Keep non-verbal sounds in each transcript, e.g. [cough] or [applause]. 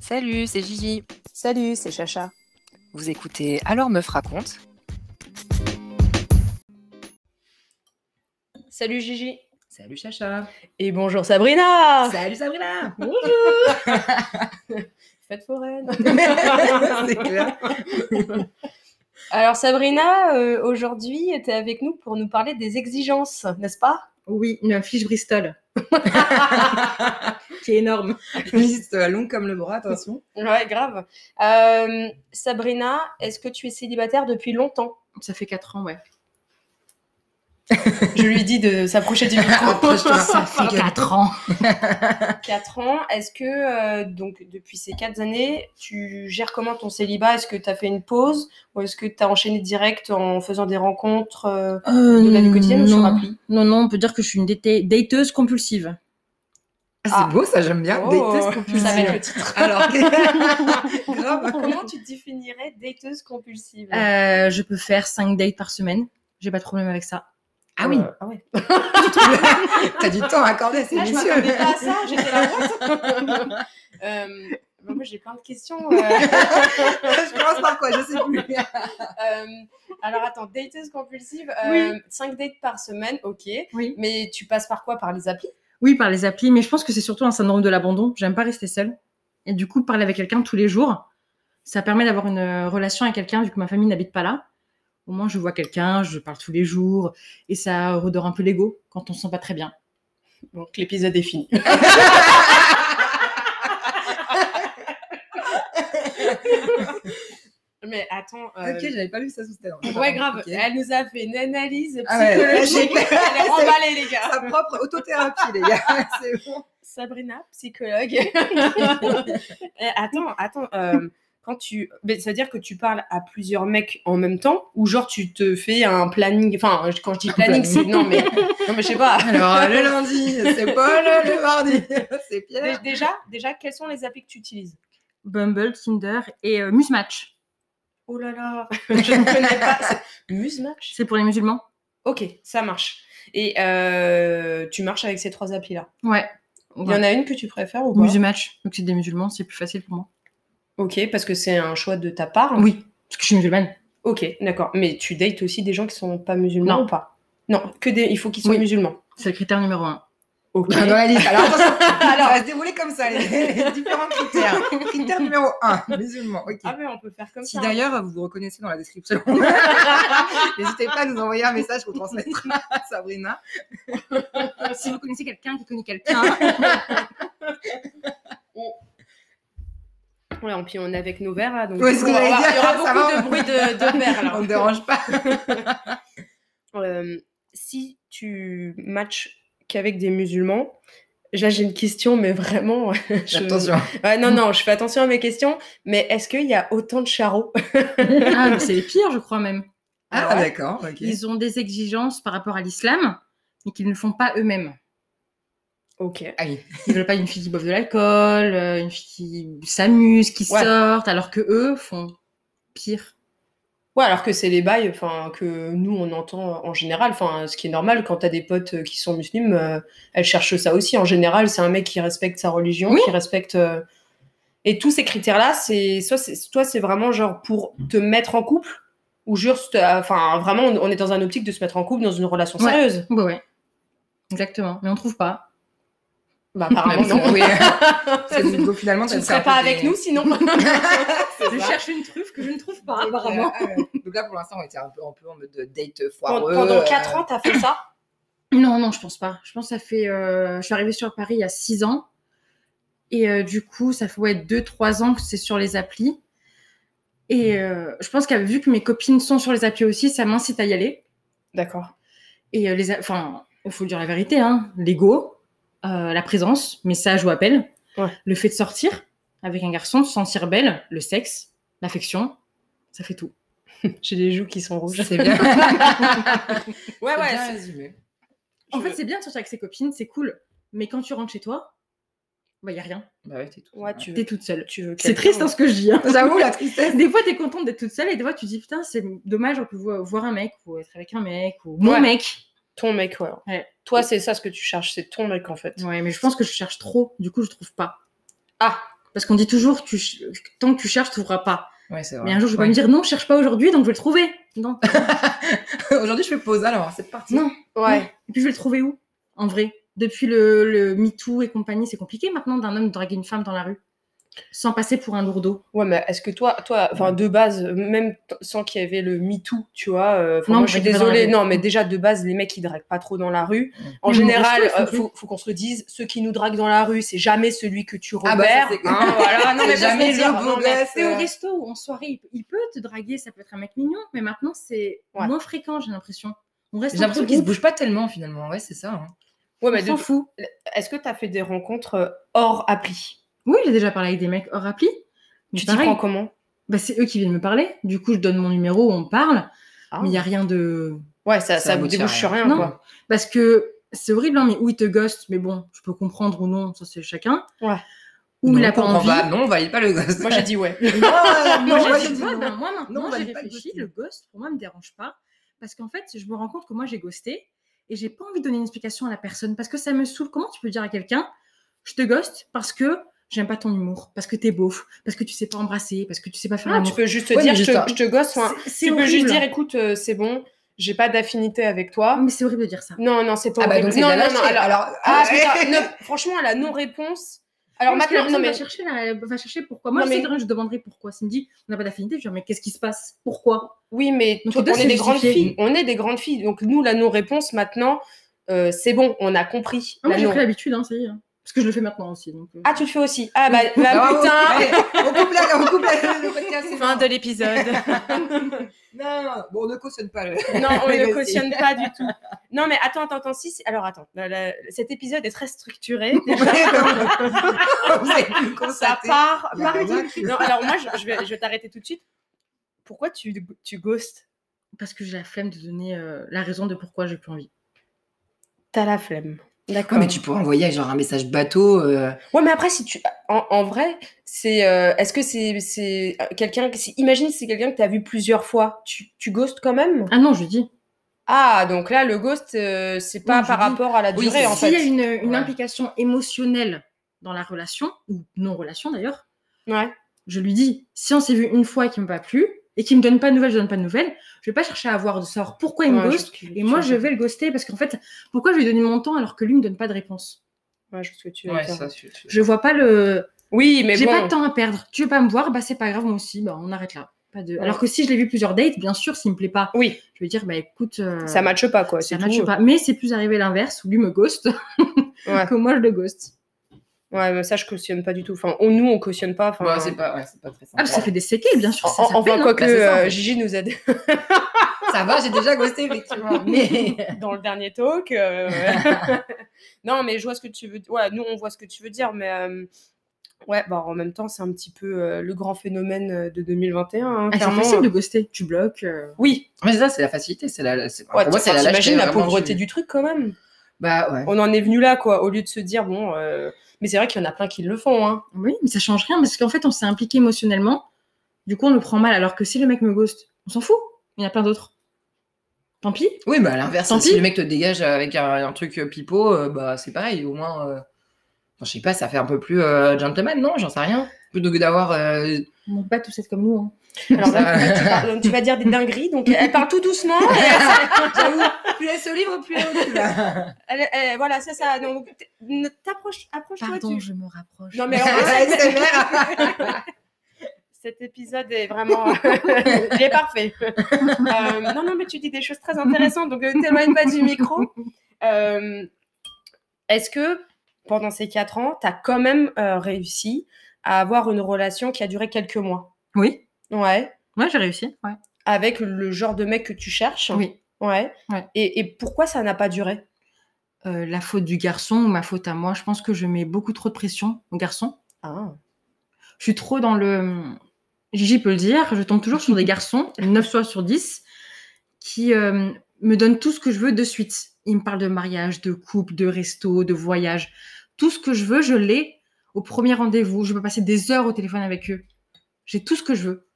Salut, c'est Gigi. Salut, c'est Chacha. Vous écoutez Alors Meuf raconte. Salut Gigi. Salut Chacha. Et bonjour Sabrina. Salut [laughs] Sabrina. Bonjour. Fête foraine. c'est clair. [laughs] Alors Sabrina, euh, aujourd'hui, tu es avec nous pour nous parler des exigences, n'est-ce pas Oui, une fiche Bristol. qui est énorme. Une liste longue comme le bras, attention. Ouais, grave. Euh, Sabrina, est-ce que tu es célibataire depuis longtemps Ça fait 4 ans, ouais. [laughs] Je lui dis de s'approcher du micro. [laughs] Approche-toi. Ça fait quatre ans. 4 ans, est-ce que euh, donc depuis ces 4 années, tu gères comment ton célibat Est-ce que tu as fait une pause ou est-ce que tu as enchaîné direct en faisant des rencontres euh, de la vie quotidienne ou sur non. appli non, non, on peut dire que je suis une date- dateuse compulsive. Ah, c'est Ah. beau, ça j'aime bien. Oh, Dateuse Ça va être compulsive. le titre. [laughs] Alors, grave. Comment tu te définirais dateuse compulsive Euh, je peux faire 5 dates par semaine. J'ai pas de problème avec ça. Ah oui, Euh, ah ouais. [laughs] t'as du temps à accorder à ces Ah, je messieurs. m'attendais pas à [laughs] ça, j'étais là. what Euh, bah, moi, j'ai plein de [laughs] questions. [laughs] euh. je commence par quoi Je sais plus. Euh, alors, attends, dateuse compulsive, euh, 5 dates par semaine, ok. Oui. Mais tu passes par quoi Par les applis Oui, par les applis, mais je pense que c'est surtout un syndrome de l'abandon. J'aime pas rester seule. Et du coup, parler avec quelqu'un tous les jours, ça permet d'avoir une euh, relation avec quelqu'un, vu que ma famille n'habite pas là. Au moins, je vois quelqu'un, je parle tous les jours, et ça redore un peu l'ego quand on se sent pas très bien. Donc, l'épisode est fini. Mais attends. euh, Ok, j'avais pas lu ça sous ce talent. Ouais, grave. Ok. Elle nous a fait une analyse Ah ouais, j'ai- psychologique. [laughs] Elle est remballée, les gars. Sa propre autothérapie, les gars. [laughs] C'est bon. Sabrina, [laughs] psychologue. Eh, attends, attends. euh, quand tu, mais ça veut dire que tu parles à plusieurs mecs en même temps, ou genre tu te fais un planning. Enfin, je- quand je dis planning, c'est non mais, non mais je sais pas. [laughs] Alors, le lundi, c'est Paul, le mardi, [laughs] c'est Dé- Pierre. Déjà, déjà, quels sont les applis que tu utilises Bumble, Tinder et euh, Musematch. Oh là là, [laughs] je ne connais pas. C'est- Muse Match. C'est pour les musulmans Ok, ça marche. Et euh, tu marches avec ces trois applis là. Ouais. Il y en a une que tu préfères ou pas Musematch, donc c'est des musulmans, c'est plus facile pour moi. Ok, parce que c'est un choix de ta part. Oui, parce que je suis musulmane. Ok, d'accord. Mais tu dates aussi des gens qui sont pas musulmans Non. ou pas Non, que des... il faut qu'ils soient Oui. musulmans. C'est le critère numéro un. Ok. Dans la liste. Alors, [laughs] attention, Alors, va se dérouler comme ça, les, les différents critères. Critère numéro 1, musulman. Ok. Ah mais on peut faire comme Si ça. d'ailleurs vous vous reconnaissez dans la [laughs] description, n'hésitez pas à nous envoyer un message qu'on transmettra à Sabrina. Euh, si vous connaissez quelqu'un qui connaît quelqu'un. [laughs] Ouais, et puis on est avec nos verres là, donc Ouais, du ce coup, que on va- j'allais il y aura dire, [laughs] ça beaucoup va, de on- bruit de, [laughs] de verres là. On ne dérange pas. Euh, si tu matches qu'avec des musulmans, là j'ai une question, mais vraiment. [laughs] je- Attention. Ouais, non, non, je fais attention à mes questions, mais est-ce qu'il y a autant de charros ah, mais c'est les pires, je crois même. Ah, Ah ouais. d'accord. ok. Ils ont des exigences par rapport à l'islam, mais qu'ils ne font pas eux-mêmes. Ok. Ah oui. Ils veulent pas une fille qui boive de l'alcool, euh, une fille qui s'amuse, qui Ouais. sorte, alors que eux font pire. Ouais, alors que c'est les bails, enfin que nous on entend en général, enfin ce qui est normal quand t'as des potes euh, qui sont musulmans, euh, elles cherchent ça aussi. En général, c'est un mec qui respecte sa religion, Oui. qui respecte. euh, Et tous ces critères-là, c'est soit c'est toi c'est vraiment genre pour te mettre en couple ou juste, euh, enfin vraiment on, on est dans un optique de se mettre en couple dans une relation Ouais. sérieuse. Ouais, ouais. Exactement. Mais on trouve pas. [laughs] Bah apparemment non. Oui. [laughs] Parce que tu du coup, finalement, ça ne nous serais fait un pas peu avec des- nous [laughs] sinon. Je cherche une truffe que je ne trouve pas, Euh, ah ouais. Donc là, pour l'instant, on était un peu, un peu en mode de date foireux. Pendant euh, 4 ans, t'as fait ça. Non, non, je pense pas. Je pense que ça fait. euh, je suis arrivée sur Paris il y a 6 ans. Et euh, du coup, ça fait 2-3 ans que c'est sur les applis. Et euh, je pense qu'à vu que mes copines sont sur les applis aussi, ça m'incite à y aller. D'accord. Et euh, les. a- Enfin, il faut dire la vérité, hein. L'ego, euh, la présence, message ou appel, Ouais. le fait de sortir avec un garçon, de se sentir belle, le sexe, l'affection, ça fait tout. J'ai les joues qui sont rouges. Euh, C'est [laughs] bien. Ouais c'est bien ouais. c'est- résumé. En je- fait, c'est bien de sortir avec ses copines, c'est cool. Mais quand tu rentres chez toi, il bah, n'y a rien. Bah ouais, t'es tout. Ouais, tu T'es toute seule. tu veux C'est quelqu'un, triste hein, ce que je dis. hein. J'avoue, la tristesse. [laughs] Des fois, t'es contente d'être toute seule et des fois, tu te dis putain, c'est dommage, on peut vo- voir un mec ou être avec un mec ou mon Ouais. mec. Ton mec, ouais. Ouais. Toi, c'est ça ce que tu cherches, c'est ton mec en fait. Ouais, mais je pense que je cherche trop, du coup, je trouve pas. Ah, Parce qu'on dit toujours, tu ch- tant que tu cherches, tu trouveras pas. Ouais, c'est vrai. Mais un jour, je vais pas Ouais. me dire, non, je cherche pas aujourd'hui, donc je vais le trouver. [laughs] Non. [laughs] Aujourd'hui, je fais pause alors, c'est parti. Non. Ouais. Et puis, je vais le trouver où, en vrai Depuis le, le MeToo et compagnie, c'est compliqué maintenant d'un homme de draguer une femme dans la rue, sans passer pour un lourdeau. Ouais, mais est-ce que toi, toi, enfin, de base, même t- sans qu'il y avait le MeToo, tu vois, euh, enfin, Non, moi, je suis draguer dans la désolée, rue. non, mais déjà, de base, les mecs, ils draguent pas trop dans la rue. Mm. En Mais général, on reste euh, tous, faut, faut qu'on se le dise, ceux qui nous draguent dans la rue, c'est jamais celui que tu Ah bah, ça, repères. [laughs] c'est clair. hein, voilà, non, mais C'est jamais faut se le dire, le beau non, mais- gosse. C'est au euh, resto ou en soirée, il peut, il peut te draguer, ça peut être un mec mignon, mais maintenant c'est Ouais. moins fréquent, j'ai l'impression. On reste J'ai l'impression entre qu'ils se groupes, bougent pas tellement finalement. Ouais, c'est ça. hein. Ouais, mais on de- s'en fout. est-ce que t'as fait des rencontres euh, hors appli Oui, j'ai déjà parlé avec des mecs hors appli. mais Tu t'y pareil, prends comment bah, c'est eux qui viennent me parler. Du coup, je donne mon numéro, on parle, Ah. mais il n'y a rien de. Ouais, ça, Ça ça, vous aboutit à débouche sur rien, Non. quoi. Parce que c'est horrible, hein, mais où il te ghost, mais bon, je peux comprendre ou non, ça c'est chacun. Ouais. Ou Non, il a pas on envie. va- Non, on valide pas le gosse. [laughs] Moi, j'ai dit ouais. Non, moi, non, j'ai moi, dit, j'ai dit moi, non. ben, moi, maintenant, Non, on va j'ai pas réfléchi, ghoster. le ghost, pour moi, ne me dérange pas. Parce qu'en fait, je me rends compte que moi, j'ai ghosté et j'ai pas envie de donner une explication à la personne parce que ça me saoule. Comment tu peux dire à quelqu'un, je te ghost parce que j'aime pas ton humour, parce que t'es beauf, parce que tu sais pas embrasser, parce que tu sais pas faire Ah, tu l'amour. peux juste te Ouais, dire, mais je juste un- te, je te gosse. hein. Enfin, C'est- c'est tu peux juste horrible. dire, écoute, euh, c'est bon, j'ai pas d'affinité avec toi. Ah, Mais c'est horrible de dire ça. Non, non, c'est pas Ah bah horrible. donc c'est de non, la non, non, lâcheté. [laughs] alors- Alors, Ah, ouais. [laughs] putain, non, franchement, la non-réponse. Alors Parce que la maintenant, non personne mais. va chercher, la- va chercher pourquoi. Moi, Non, je sais mais- que rien, je demanderai pourquoi. S'il me dit, on n'a pas d'affinité, je vais dire, mais qu'est-ce qui se passe Pourquoi Oui, mais Donc, toi, les deux, on est c'est des grandes justifié. filles. On est des grandes filles. Donc nous, la non-réponse maintenant, euh, c'est bon, on a compris. Ah, Moi, la j'ai non- pris l'habitude, hein, ça y est. hein. Parce que je le fais maintenant aussi. donc, euh. Ah, tu le fais aussi. Ah bah, bah, Bravo. putain. Allez, On coupe la- on coupe la- [laughs] le podcast. c'est bon. l'épisode. Non, non, non. Bon, on ne cautionne pas le. [laughs] [laughs] non, on Mais ne vas-y. cautionne pas du tout. Non, mais attends, attends, attends. Si, si- alors attends. La- la- cet épisode est très structuré. déjà. Vous avez pu le Ça constater. part. Il y a par- rien que- Non, alors moi, je, je vais, je vais t'arrêter tout de suite. Pourquoi tu, tu ghostes Parce que j'ai la flemme de donner euh, la raison de pourquoi j'ai plus envie. T'as la flemme. Ouais, D'accord. mais tu pourrais envoyer genre un message bateau. euh, Ouais, mais après, si tu, en, en vrai, c'est, euh, est-ce que c'est, c'est euh, quelqu'un, que- si, imagine si c'est quelqu'un que t'as vu plusieurs fois, tu, tu ghostes quand même Ah non, je lui dis. Ah, donc là, le ghost, euh, c'est pas Oui, je par dis- rapport à la Oui, durée, si- en S'il y a fait. une, une Ouais. implication émotionnelle dans la relation, ou non-relation d'ailleurs, Ouais. je lui dis, si on s'est vu une fois et qu'il ne m'a pas plu, et qu'il me donne pas de nouvelles, je donne pas de nouvelles, je vais pas chercher à avoir de sort pourquoi il me Ouais, je- ghoste, et moi je vais le ghoster, parce qu'en fait, pourquoi je lui donner mon temps alors que lui me donne pas de réponse Ouais, je vois ce que tu veux Ouais, dire. ça, tu- tu- Je vois pas le... Oui, mais J'ai bon. pas de temps à perdre, tu veux pas me voir, bah c'est pas grave, moi aussi, bah on arrête là. Pas de... Alors que si je l'ai vu plusieurs dates, bien sûr, s'il me plaît pas, Oui, je vais dire, bah écoute... euh, ça matche pas, quoi. Ça c'est matche tout. euh. pas. Mais c'est plus arrivé l'inverse, où lui me ghost, [laughs] Ouais. que moi je le ghost. Ouais, mais ça, je cautionne pas du tout. Enfin, on, nous, on cautionne pas. Enfin, Ouais, c'est pas, ouais, c'est pas très Ah, sympa. parce que ça fait des séquelles, bien sûr. en- Ça, hein, ça en- fait, enfin, non quoi que Bah, c'est ça, en euh, fait. Gigi nous a dit Ça va, j'ai déjà ghosté, [laughs] effectivement. Mais. dans le dernier [laughs] talk. euh, non, mais je vois ce que tu veux. Ouais, nous on voit ce que tu veux dire, mais euh, ouais, bah en même temps c'est un petit peu euh, le grand phénomène euh, de 2021. hein, Ah, c'est clairement. facile de ghoster. Tu bloques. euh. Oui, Mais c'est ça, c'est la facilité. C'est la, c'est- ouais, Ah, pour moi, c'est la lâcheté. t'imagines la vraiment, tu- pauvreté du truc quand même. Bah ouais. On en est venu là, quoi, au lieu de se dire, bon, euh, mais c'est vrai qu'il y en a plein qui le [laughs] font. Hein. Oui, mais ça change rien parce qu'en fait, on s'est impliqué émotionnellement. Du coup, on le prend mal. Alors que si le mec me ghost, on s'en fout. Il y en a plein d'autres. Tant pis. Oui, mais à l'inverse, Tant si pis. le mec te dégage avec un, un truc euh, pipeau, euh, bah c'est pareil. Au moins, euh, enfin, je sais pas, ça fait un peu plus euh, gentleman, non J'en sais rien. Plutôt que d'avoir. [laughs] euh, On va pas tous être comme nous. hein. Alors Ça- là, tu, parles- tu vas dire des dingueries, donc elle parle [laughs] tout doucement. et elle- J'avoue, plus elle se livre, plus elle est au-dessus, là. elle- elle- voilà, ça, ça. Donc, t- ne- t'approches, approche-toi Pardon, du. je me rapproche. Non, mais alors, ASMR. [laughs] Cet épisode est vraiment. [laughs] Il est parfait. Euh, non, non, mais tu dis des choses très intéressantes, donc ne t'éloigne pas du micro. Euh, Est-ce que pendant ces quatre ans, tu as quand même euh, réussi à avoir une relation qui a duré quelques mois Oui. Ouais. Moi, j'ai réussi. Ouais. Avec le genre de mec que tu cherches Oui. Ouais. Ouais. Et, et pourquoi ça n'a pas duré Euh, la faute du garçon ou ma faute à moi, je pense que je mets beaucoup trop de pression au garçon. ah. Je suis trop dans le. Gigi peut le dire, je tombe toujours sur [laughs] des garçons, 9 fois sur 10, qui euh, me donnent tout ce que je veux de suite. Ils me parlent de mariage, de couple, de resto, de voyage. Tout ce que je veux, je l'ai au premier rendez-vous. Je peux passer des heures au téléphone avec eux. J'ai tout ce que je veux.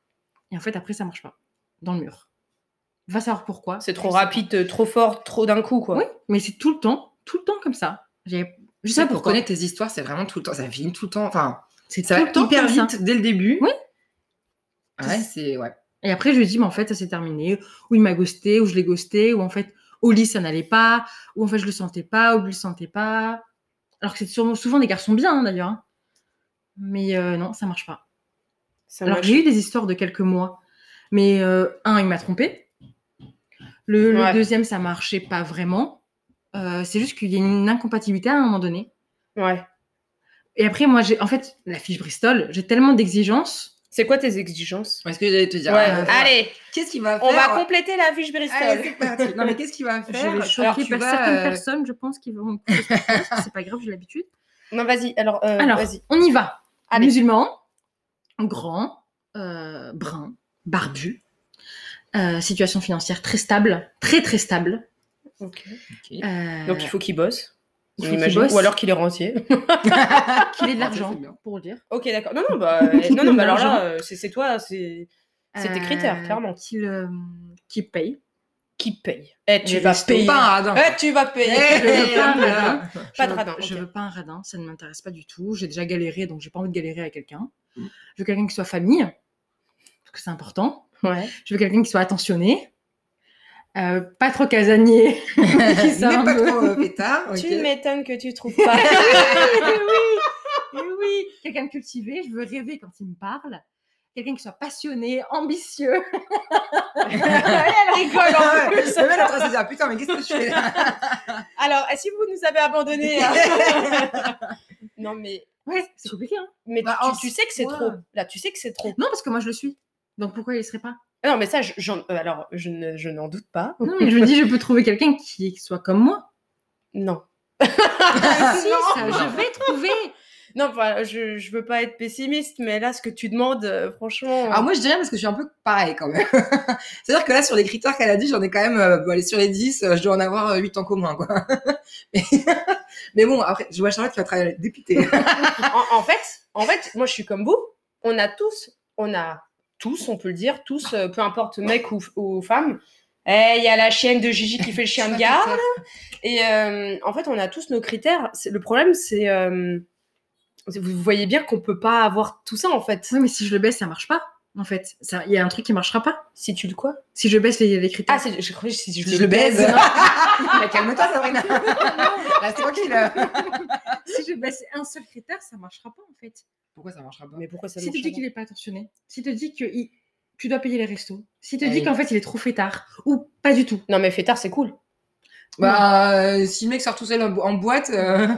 Et en fait, après, ça marche pas. Dans le mur. Va savoir pourquoi. C'est trop Je sais pas. rapide, euh, trop fort, trop d'un coup, quoi. Oui, mais c'est tout le temps, tout le temps comme ça. J'ai- Je Ça, sais pas pour pourquoi. connaître tes histoires, c'est vraiment tout le temps. Ça finit tout le temps. Enfin, C'est Ça tout le va temps hyper comme ça. vite dès le début. Ah Oui. Ouais, c'est. Ouais. Et après, je lui dis, mais en fait, ça s'est terminé. Ou il m'a ghosté, ou je l'ai ghosté, ou en fait, au lit, ça n'allait pas, ou en fait, je le sentais pas, ou je le sentais pas. Alors que c'est sûrement- souvent des garçons bien, hein, d'ailleurs. hein. Mais euh, non, ça marche pas. Ça Alors, marche. j'ai eu des histoires de quelques mois. Mais euh, un, il m'a trompé. Le, le Ouais. deuxième, ça marchait pas vraiment. Euh, c'est juste qu'il y a une incompatibilité à un moment donné. Ouais. Et après, moi, j'ai en fait, la fiche Bristol, j'ai tellement d'exigences. C'est quoi tes exigences Est-ce que j'allais te dire Ouais. euh, Allez, Qu'est-ce qu'il va faire on va compléter la fiche Allez, Bristol. c'est parti. Non, mais qu'est-ce qu'il va Je faire vais Alors, choquer tu par vas, certaines euh, personnes, je pense, qui vont. c'est pas grave, j'ai l'habitude. Non, vas-y. Alors, euh, Alors, vas-y. on y va. Allez. Musulman, grand, euh, brun, barbu, euh, situation financière très stable, très très stable. Ok. Euh, Donc, il faut qu'il bosse. il on faut qu'il imagine. bosse, Ou alors qu'il est rentier. qu'il ait [laughs] de Ah, ça, c'est l'argent, bien. pour le dire. [laughs] ok, d'accord. Non, non, bah, euh, non, non, bah alors là, L'argent. euh, c'est c'est toi, c'est c'est tes Euh, critères, clairement. Qu'il euh, qu'il [laughs] paye. Qui paye Eh, tu Les vas restos. T'es payer. pas un radin. Eh, tu vas payer. Eh, [laughs] veux pas, voilà. madame. Pas je de veux- radin, Je ok. veux pas un radin, ça ne m'intéresse pas du tout. J'ai déjà galéré, donc j'ai pas envie de galérer avec quelqu'un. Mm. Je veux quelqu'un qui soit famille, parce que c'est important. Ouais. Je veux quelqu'un qui soit attentionné, euh, pas trop casanier. [laughs] [laughs] [laughs] qui Il sort n'est un [laughs] pas peu. trop euh, pétard. ok. [laughs] Tu m'étonnes que tu trouves pas. [laughs] [laughs] Eh oui, quelqu'un de cultivé, je veux rêver quand il me parle. Quelqu'un qui soit passionné, ambitieux. Elle rigole en Ah ouais, plus. Le mec est en train de se dire, putain, mais qu'est-ce que je fais là Alors, si vous nous avez abandonnés. [laughs] hein. non, mais, Ouais, c'est compliqué. hein. mais tu- Bah, tu, en tu sais que c'est soi. trop. Là, tu sais que c'est trop. Non, parce que moi je le suis. Donc pourquoi il ne serait pas Ah Non, mais ça, je- j'en- euh, alors, je ne- je n'en doute pas. Non, mais je me dis, je peux trouver quelqu'un qui soit comme moi. [laughs] Non. Ah, si, ça, je vais trouver. Non, voilà, je, je veux pas être pessimiste, mais là, ce que tu demandes, euh, franchement. Alors Ah, moi je dirais parce que je suis un peu pareil quand même. [laughs] C'est-à-dire que là sur les critères qu'elle a dit, j'en ai quand même, euh, bon, allez, sur les 10, euh, je dois en avoir 8 en commun quoi. [laughs] mais, mais bon, après je vois Charlotte qui va travailler à la députée. en, en fait, en fait, moi, je suis comme vous. On a tous, on a tous, on peut le dire, tous, euh, peu importe mec ou, ou femme. Eh, Il y a la chienne de Gigi qui fait le chien de [laughs] garde. Et euh, en fait, on a tous nos critères. C'est- Le problème, c'est. euh, c'est- vous voyez bien qu'on peut pas avoir tout ça, en fait. Oui, mais si je le baisse, ça marche pas. En fait, Ça- il y a un truc qui marchera pas. Si tu le quoi Si je baisse les, les critères. Ah, c'est- j'ai cru que si je, Je le baise. non. [laughs] Mais Calme-toi [laughs] Sabrina. Reste tranquille. si je baisse un seul critère, ça marchera pas en fait. Pourquoi ça marchera pas Mais pourquoi ça Si tu marche dis qu'il pas est pas attentionné, si tu dis que il- tu dois payer les restos, si tu Ah dis oui. qu'en fait il est trop fêtard ou pas du tout. Non, mais fêtard, c'est cool. Bah euh, si le mec sort tout seul en, bo- en boîte. euh, [laughs] je vais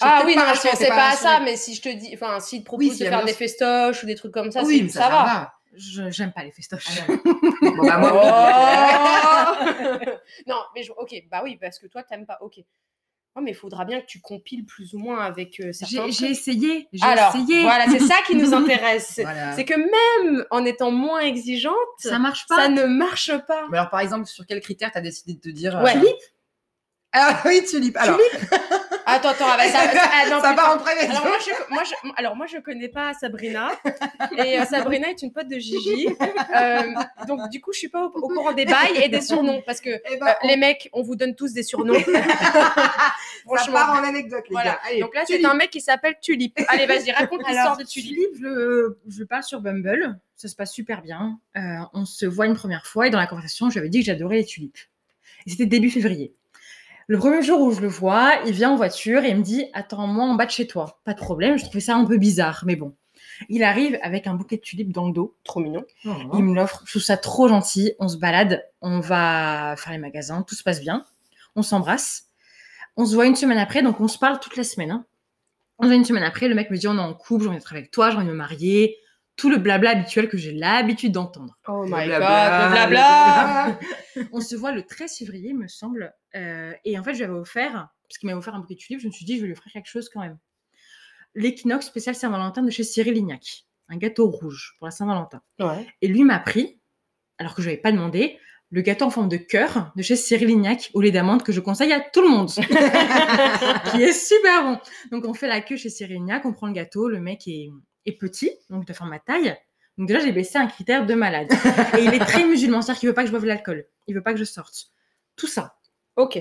Ah peut-être oui, non, je rassurer, pensais t'es pas à ça, rassurée. mais si je te dis, enfin, s'il te propose Oui, de s'il y a faire bien des ce- festoches ou des trucs comme ça, oui, c'est- mais ça, va. Je j'aime pas les festoches. Ah, d'accord. Bon, bah, moi, Oh [laughs] non, [laughs] mais je- ok, bah oui, parce que toi, t'aimes pas, ok. Non, mais il faudra bien que tu compiles plus ou moins avec euh, certains. J'ai trucs. j'ai essayé, j'ai Alors, essayé. voilà, c'est ça qui nous intéresse. [laughs] C'est- voilà. C'est que même en étant moins exigeante, Ça marche pas. ça ne marche pas. Mais alors par exemple sur quel critère t'as décidé de te dire euh, Ouais. Tulipe Ah oui tulipe. Alors Attends, attends, ah bah, ça, ça- ah, non, ça putain. part en privé. Alors moi, je, moi, je, alors moi je connais pas Sabrina et euh, Sabrina est une pote de Gigi Euh, donc du coup je suis pas au, au courant des bails et des surnoms parce que Eh ben, euh, les mecs on vous donne tous des surnoms ça franchement part en anecdote les Voilà. gars. Allez, donc là c'est tulipe. un mec qui s'appelle Tulip allez vas-y raconte l'histoire Alors, de Tulip Tulipe, je, le- euh, je le parle sur Bumble. Ça se passe super bien. Euh, on se voit une première fois et dans la conversation, je lui avais dit que j'adorais les tulipes. Et c'était début février. Le premier jour où je le vois, il vient en voiture et il me dit Attends-moi en bas de chez toi. Pas de problème, je trouvais ça un peu bizarre, mais bon. Il arrive avec un bouquet de tulipes dans le dos. trop mignon Hein Oh Il me l'offre. Je trouve ça trop gentil. On se balade, on va faire les magasins, tout se passe bien. On s'embrasse. On se voit une semaine après, donc on se parle toute la semaine. hein. On se voit une semaine après, le mec me dit on est en couple, j'ai envie d'être avec toi, j'ai envie de me marier. Tout le blabla habituel que j'ai l'habitude d'entendre. oh my Blablabla, god blabla blablabla. On se voit le 13 février, me semble. euh, et en fait, je lui avais offert, parce qu'il m'avait offert un bouquet de tulipes, je me suis dit, je vais lui offrir quelque chose quand même. L'équinoxe spécial Saint-Valentin de chez Cyril Lignac. Un gâteau rouge pour la Saint-Valentin. ouais Et lui m'a pris, alors que je n'avais pas demandé, le gâteau en forme de cœur de chez Cyril Lignac au lait d'amande que je conseille à tout le monde, qui est super bon. Donc on fait la queue chez Cyril Lignac, on prend le gâteau, le mec est, est petit, donc de forme à taille. Donc déjà j'ai baissé un critère de malade. Et il est très musulman, c'est-à-dire qu'il veut pas que je boive de l'alcool, il veut pas que je sorte. Tout ça. ok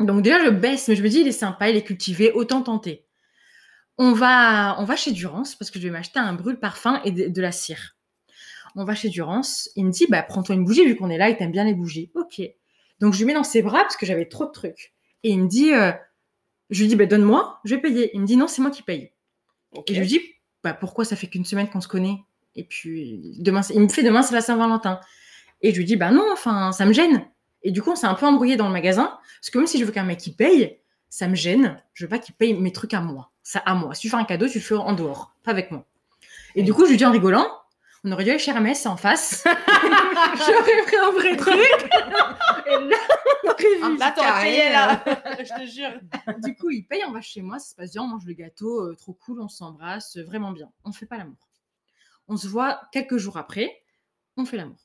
Donc déjà, je baisse, mais je me dis, il est sympa, il est cultivé, autant tenter. On va, on va chez Durance parce que je vais m'acheter un brûle parfum et de, de la cire. On va chez Durance. Il me dit, bah, prends-toi une bougie vu qu'on est là et t'aimes bien les bougies. Ok. Donc je lui mets dans ses bras parce que j'avais trop de trucs. Et il me dit, euh, je lui dis, bah, donne-moi, je vais payer. Il me dit, non, c'est moi qui paye. Ok. Et je lui dis, bah, pourquoi ça fait qu'une semaine qu'on se connaît Et puis, demain, c'est- il me fait demain, c'est la Saint-Valentin. Et je lui dis, bah non, enfin, ça me gêne. Et du coup, on s'est un peu embrouillé dans le magasin, parce que même si je veux qu'un mec qui paye, ça me gêne. Je veux pas qu'il paye mes trucs à moi. Ça à moi. Si tu fais un cadeau, tu le fais en dehors, pas avec moi. Et du coup, je lui dis en rigolant, on aurait dû aller chez Hermès en face. [laughs] J'aurais pris un vrai truc. Et là, on aurait vu. Là, t'aurais carré, payé, Ah, là. Je te jure. Du coup, il paye, on va chez moi, ça se passe bien, on mange le gâteau, euh, trop cool, on s'embrasse, euh, vraiment bien. On fait pas l'amour. On se voit quelques jours après, on fait l'amour.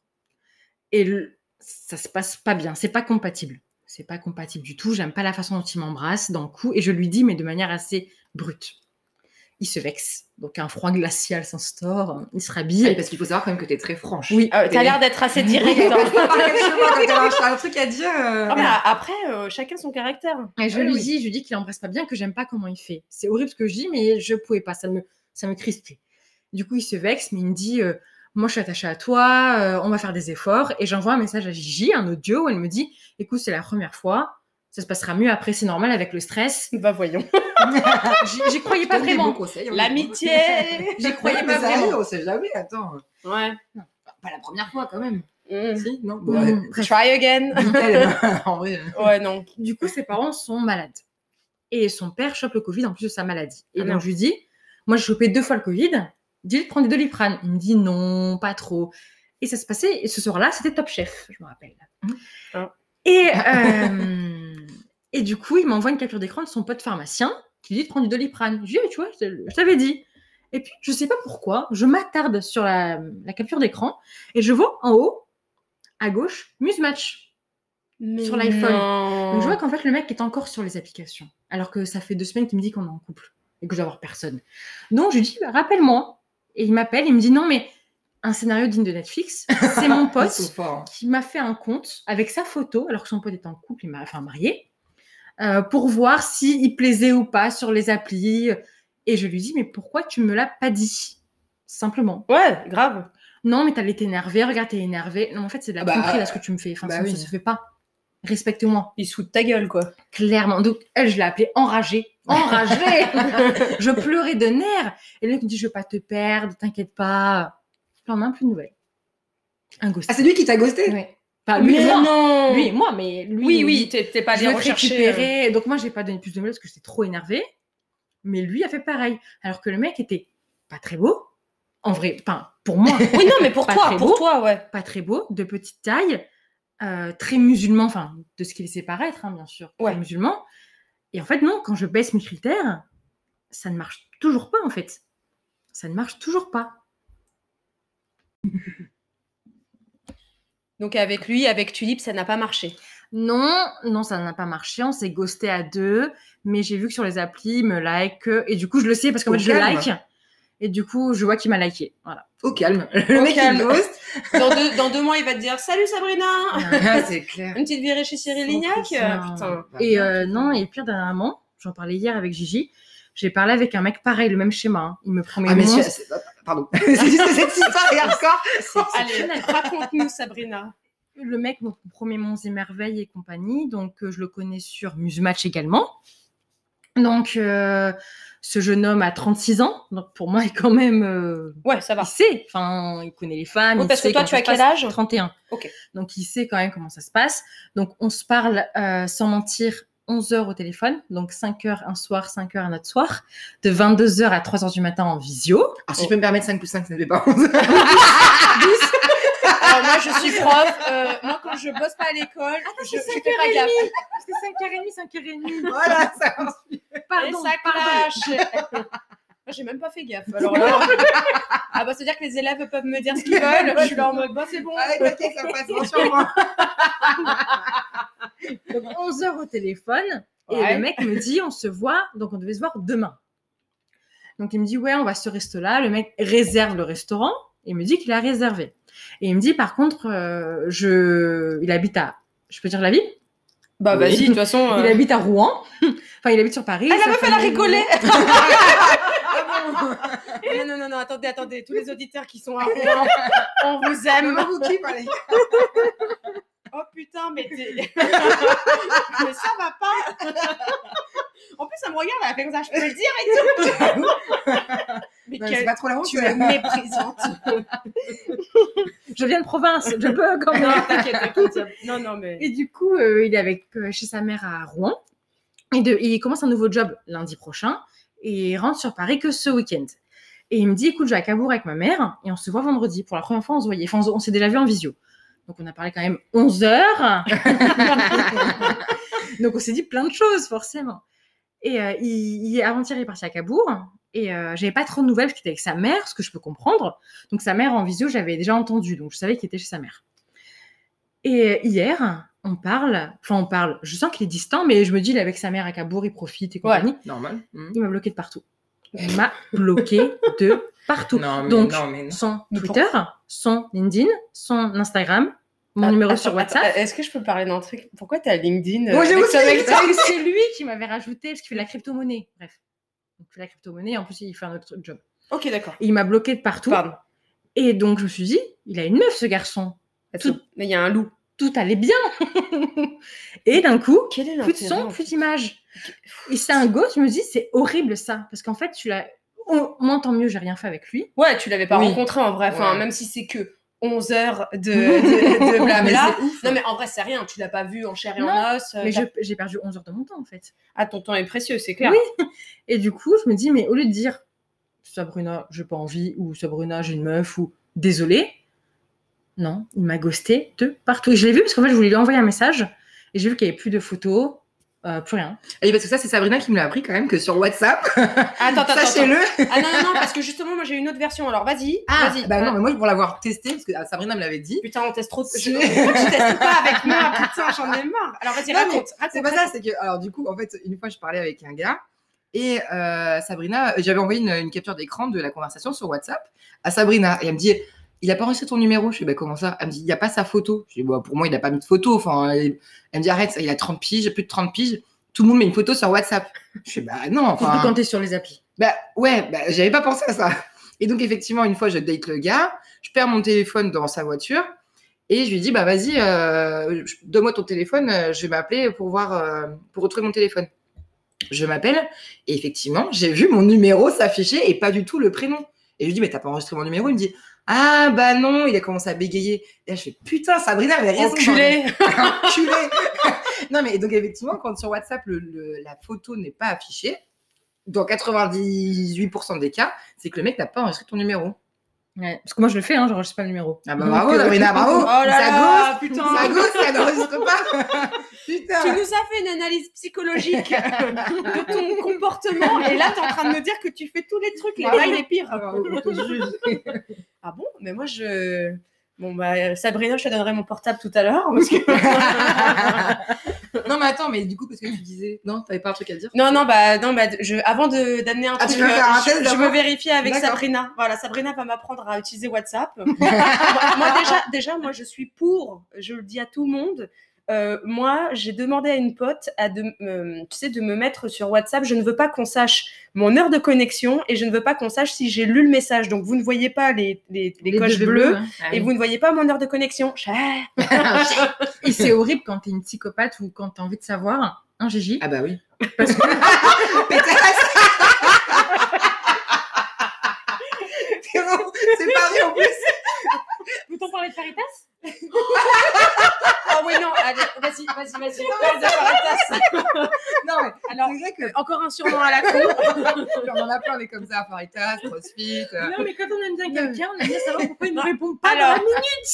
Et le- ça se passe pas bien, c'est pas compatible. C'est pas compatible du tout, j'aime pas la façon dont il m'embrasse dans le coup, et je lui dis, mais de manière assez brute. Il se vexe, donc un froid glacial s'instaure, euh, il [laughs] se Oui, rhabille. parce qu'il faut savoir quand même que t'es très franche. [laughs] Oui, Euh, T'as l'air d'être assez direct. Quand [laughs] hein. tu parles avec Chemin, quand t'as un- t'as un truc à dire. euh, Ah, mais a- après, euh, chacun son caractère. Et je Ah Oui, lui oui. dis, je lui dis qu'il embrasse pas bien, que j'aime pas comment il fait. C'est horrible ce que je dis, mais je pouvais pas, ça me, ça me crispait. Du coup, il se vexe, mais il me dit, euh, moi je suis attachée à toi, euh, on va faire des efforts. Et j'envoie un message à Gigi, un audio, où elle me dit, écoute, c'est la première fois, ça se passera mieux après, c'est normal avec le stress. Bah, voyons. J'y j'y croyais Bah, je te pas donne des bons vraiment. conseils, hein. L'amitié. J'y Ouais, croyais mais pas vraiment. sérieux, on sait jamais, attends. Ouais. Pas la première fois quand même. Mm. Si, non Bon, ouais. [laughs] Non, bref. Try again. Nickel. [laughs] en vrai. euh, [laughs] Ouais, non. Du coup, ses parents sont malades. Et son père chope le Covid en plus de sa maladie. Et Ah donc, merde. je lui dis, moi, j'ai chopé deux fois le Covid. Dis-lui de prendre des doliprane. Il me dit, non, pas trop. Et ça se passait, et ce soir-là, c'était Top Chef, je me rappelle. Ah. Et, euh, et du coup, il m'envoie une capture d'écran de son pote pharmacien qui lui dit de prendre du doliprane. Je lui dis, mais tu vois, je te- je t'avais dit. Et puis, je sais pas pourquoi, je m'attarde sur la, la capture d'écran et je vois en haut, à gauche, Muse Match. Sur l'iPhone. Donc, Mm. je vois qu'en fait, le mec est encore sur les applications. Alors que ça fait deux semaines qu'il me dit qu'on est en couple et que je dois avoir personne. Donc, je lui dis, bah, rappelle-moi. Et il m'appelle, il me dit, non, mais un scénario digne de Netflix, [laughs] c'est mon ils sont pote forts. qui m'a fait un compte avec sa photo, alors que son pote est en couple, il m'a enfin marié, euh, pour voir s'il plaisait ou pas sur les applis. Et je lui dis, mais pourquoi tu me l'as pas dit Simplement. Ouais, grave. Non, mais t'allais t'énerver, regarde, t'es énervé. Non, en fait, c'est de la Bah, tromperie, là, ce que tu me fais. Enfin, bah ça, oui. ça se fait pas. Respecte-moi. Il se fout de ta gueule, quoi. Clairement. Donc, elle, je l'ai appelée enragée. [laughs] Enragée Je pleurais de nerfs. Et lui, il me dit Je veux pas te perdre, t'inquiète pas. Le lendemain, plus de nouvelles. Un ghost. Ah, c'est lui qui t'a ghosté Ouais. Ah, Pas lui, et moi. non. Lui et moi, mais lui. oui, il- oui, t'es t'es pas je allé l'ai rechercher. euh. récupéré. Donc, moi, j'ai pas donné plus de nouvelles parce que j'étais trop énervée. Mais lui a fait pareil. Alors que le mec était pas très beau. En vrai, enfin, pour moi, Oui, non, mais pour Pas toi, très pour beau. toi, ouais. pas très beau, de petite taille, euh, très musulman, enfin, de ce qu'il laissait paraître, hein, bien sûr, très Ouais. musulman. Et en fait, non, quand je baisse mes critères, ça ne marche toujours pas, en fait. Ça ne marche toujours pas. Donc avec lui, avec Tulip, ça n'a pas marché. Non, non, ça n'a pas marché, on s'est ghosté à deux, mais j'ai vu que sur les applis, il me like, euh, et du coup, je le sais, parce qu'en Au fait, je calme. like, et du coup, je vois qu'il m'a liké. Voilà. Au calme. Le Au mec calme. qui ghost. Dans deux, dans deux mois, il va te dire Salut Sabrina [laughs] Ah, c'est clair. Oh, Une petite virée chez Cyril Sans Lignac Ah, Putain. pression. Et euh, non, et pire, dernièrement, j'en parlais hier avec Gigi, j'ai parlé avec un mec pareil, le même schéma. hein. Il me promet Ah, mais mon- c'est- c'est- pardon. [laughs] c'est juste que cette histoire est hardcore. [laughs] Allez, raconte-nous Sabrina. le mec me promet Monts et Merveilles et compagnie, donc euh, je le connais sur Musematch également. Donc euh, ce jeune homme a 36 ans, donc pour moi il est quand même euh, Ouais, ça va. [laughs] il sait, enfin il connaît les femmes, Oui, il parce que sait toi, comment tu ça as se quel passe. âge 31. Ok. Donc il sait quand même comment ça se passe. Donc on se parle euh, sans mentir 11 heures au téléphone, donc 5 heures un soir, 5 heures un autre soir, de 22 heures à 3 heures du matin en visio. Ah, si je peux me permettre 5 plus 5, ça ne fait pas 11. Alors moi, je suis prof. euh, moi, quand je bosse pas à l'école, je, je fais pas gaffe. C'était 5h30, [laughs] 5h30. voilà, [laughs] ça Et Pardon, ça clash. Moi, j'ai même pas fait gaffe. Alors là, ah bah, c'est-à-dire que les élèves peuvent me dire ce qu'ils veulent. Je suis là en mode, bah, c'est bon. Ouais, t'inquiète, ça passe hein. bien sur moi. 11 heures au téléphone et Ouais. le mec me dit on se voit donc on devait se voir demain. Donc il me dit ouais on va à ce resto là, le mec réserve le restaurant et me dit qu'il a réservé. Et il me dit par contre euh, je il habite à je peux dire la ville Bah, Oui. vas-y, de toute façon. Il euh, habite à Rouen. [laughs] enfin Enfin, il habite sur Paris. Ah, la sa meuf, elle a famille- rigolé Non, non, non, non, attendez, attendez. Tous les auditeurs qui sont à Rouen, on vous aime. Maman vous kiffe, hein, les gars. Oh putain, mais t'es... [laughs] mais ça va pas. en plus, elle me regarde, elle a fait comme ça, je peux le dire et tout. [laughs] mais Non, mais quelle- C'est pas trop la honte. tu es méprisante. [laughs] euh, Je viens de province, [laughs] je peux quand même. non, t'inquiète, t'inquiète. Non, non, mais... Et du coup, euh, il est avec, euh, chez sa mère à Rouen. Et, de- et il commence un nouveau job lundi prochain. Et il rentre sur Paris que ce week-end. Et il me dit, écoute, je vais à Cabourg avec ma mère. Et on se voit vendredi. Pour la première fois, on se voyait. Enfin, on se- on s'est déjà vu en visio. Donc, on a parlé quand même 11 heures. Donc, on s'est dit plein de choses, forcément. Et euh, il, il- avant-hier, il est parti à Cabourg. Et euh, j'avais pas trop de nouvelles parce qu'il était avec sa mère, ce que je peux comprendre. Donc, sa mère en visio, j'avais déjà entendu. Donc, je savais qu'il était chez sa mère. Et euh, hier, on parle, enfin on parle, je sens qu'il est distant, mais je me dis, il est avec sa mère à Cabourg, il profite et compagnie. Normal. Hmm. Il m'a bloqué de partout. Il m'a bloqué de partout. Non, mais Donc, non, mais non. son Mais Twitter, son LinkedIn, son Instagram, mon numéro Ah, Attends, sur attends, WhatsApp. Euh, Est-ce que je peux parler d'un truc Pourquoi t'as LinkedIn euh, Moi, j'ai avec aussi- ce mec Parce que c'est lui qui m'avait rajouté, parce qu'il fait de la crypto-monnaie. Bref. Il fait de la crypto-monnaie, en plus, il fait un autre job. Ok, d'accord. Et il m'a bloqué de partout. Pardon. Et donc, je me suis dit, il a une meuf, ce garçon. Attends, Mais il y a un loup. Tout allait bien. [laughs] et d'un coup, Quel est plus de son, plus d'image. Et c'est un gosse, je me dis, c'est horrible ça. Parce qu'en fait, tu l'as. Au moins, tant mieux, j'ai rien fait avec lui. Ouais, tu l'avais pas Oui. rencontré en vrai, enfin, Ouais. même si c'est que 11 heures [laughs] de, de, de blabla. Mais c'est ouf. non, mais en vrai, c'est rien, tu l'as pas vu en chair et en Non, os. euh, Mais t'as- je- j'ai perdu 11 heures de mon temps, en fait. Ah, ton temps est précieux, c'est clair. Oui. Et du coup, je me dis, mais au lieu de dire Sabrina, j'ai pas envie, ou Sabrina, j'ai une meuf, ou désolé, non, il m'a ghosté de partout. Et je l'ai vu parce qu'en fait, je voulais lui envoyer un message et j'ai vu qu'il n'y avait plus de photos, euh, plus rien. Et parce que ça, c'est Sabrina qui me l'a appris quand même que sur WhatsApp, [laughs] Attends, attends, attends. sachez-le. Ah non, non, non, parce que justement, moi j'ai une autre version, alors vas-y. vas-y. bah non, mais moi pour l'avoir testé, parce que ah, Sabrina me l'avait dit. Putain, on teste trop. Je... Si. Pourquoi tu testes pas avec moi Putain, j'en ai marre. Alors vas-y, Non, mais raconte. raconte, C'est pas ça, c'est que alors du coup, en fait, une fois, je parlais avec un gars. Et euh, Sabrina, j'avais envoyé une, une capture d'écran de la conversation sur WhatsApp à Sabrina. Et elle me dit, il a pas enregistré ton numéro. Je fais, bah comment ça Elle me dit, il n'y a pas sa photo. Je dis, bah, pour moi, il n'a pas mis de photo. Enfin, elle, elle me dit, arrête, il a 30 piges, plus de 30 piges. Tout le monde met une photo sur WhatsApp. Je fais, bah non, Ah. Surtout quand enfin. t'es sur les applis. Bah ouais, bah, j'avais pas pensé à ça. Et donc, effectivement, une fois, je date le gars, je perds mon téléphone dans sa voiture et je lui dis, bah vas-y, euh, je- donne-moi ton téléphone, euh, je vais m'appeler pour voir, euh, pour retrouver mon téléphone. Je m'appelle et effectivement, j'ai vu mon numéro s'afficher et pas du tout le prénom. Et je lui dis, mais t'as pas enregistré mon numéro Il me dit, ah bah non, il a commencé à bégayer. Et là, je fais, putain, Sabrina avait raison. Enculé. Enculé. [laughs] non, mais donc effectivement, quand sur WhatsApp, le- le- la photo n'est pas affichée, dans 98% des cas, c'est que le mec n'a pas enregistré ton numéro. Ouais, Parce que moi, je le fais, hein, j'enregistre pas le numéro. Ah bah Donc, bravo, euh, Sabrina, bravo. [laughs] Oh là ça là, gosse, putain. ça gosse, ça n'enregistre pas. [laughs] Tu Putain. nous as fait une analyse psychologique de ton comportement et là t'es en train de me dire que tu fais tous les trucs, les Ah oui. gars, il est pire. Alors, on te juge. Ah bon Mais moi je. Bon bah Sabrina, je te donnerai mon portable tout à l'heure. parce que- non mais attends, mais du coup parce que tu disais, non, t'avais pas un truc à dire. [laughs] non non bah non bah je avant de d'amener un Ah, truc, euh, tu veux faire un je- test je, veux d'abord vérifier avec D'accord. Sabrina. Voilà Sabrina va m'apprendre à utiliser [laughs] WhatsApp. moi moi, déjà déjà moi je suis pour, je le dis à tout le monde. Euh, moi, j'ai demandé à une pote à de, me- tu sais, de me mettre sur WhatsApp. Je ne veux pas qu'on sache mon heure de connexion et je ne veux pas qu'on sache si j'ai lu le message. Donc, vous ne voyez pas les, les, les les coches deux bleues Ah hein. et vous ne voyez pas mon heure de connexion. Ah, Et c'est horrible quand t'es une psychopathe ou quand t'as envie de savoir. Un Gigi. Ah bah oui. Parce que- Pétasse. [laughs] C'est vraiment- c'est pareil en plus. Vous t'en parlez de Caritas Ah oui, non, allez, vas-y, vas-y, vas-y. parle de Caritas. Non mais Alors, c'est vrai que Ah, euh, encore un surnom à [laughs] la on con. en a plein, on est comme ça, Faritas, CrossFit. euh. Non, mais quand on aime bien quelqu'un, on aime bien savoir pourquoi il [laughs] ne répond pas. Alors, dans la minute.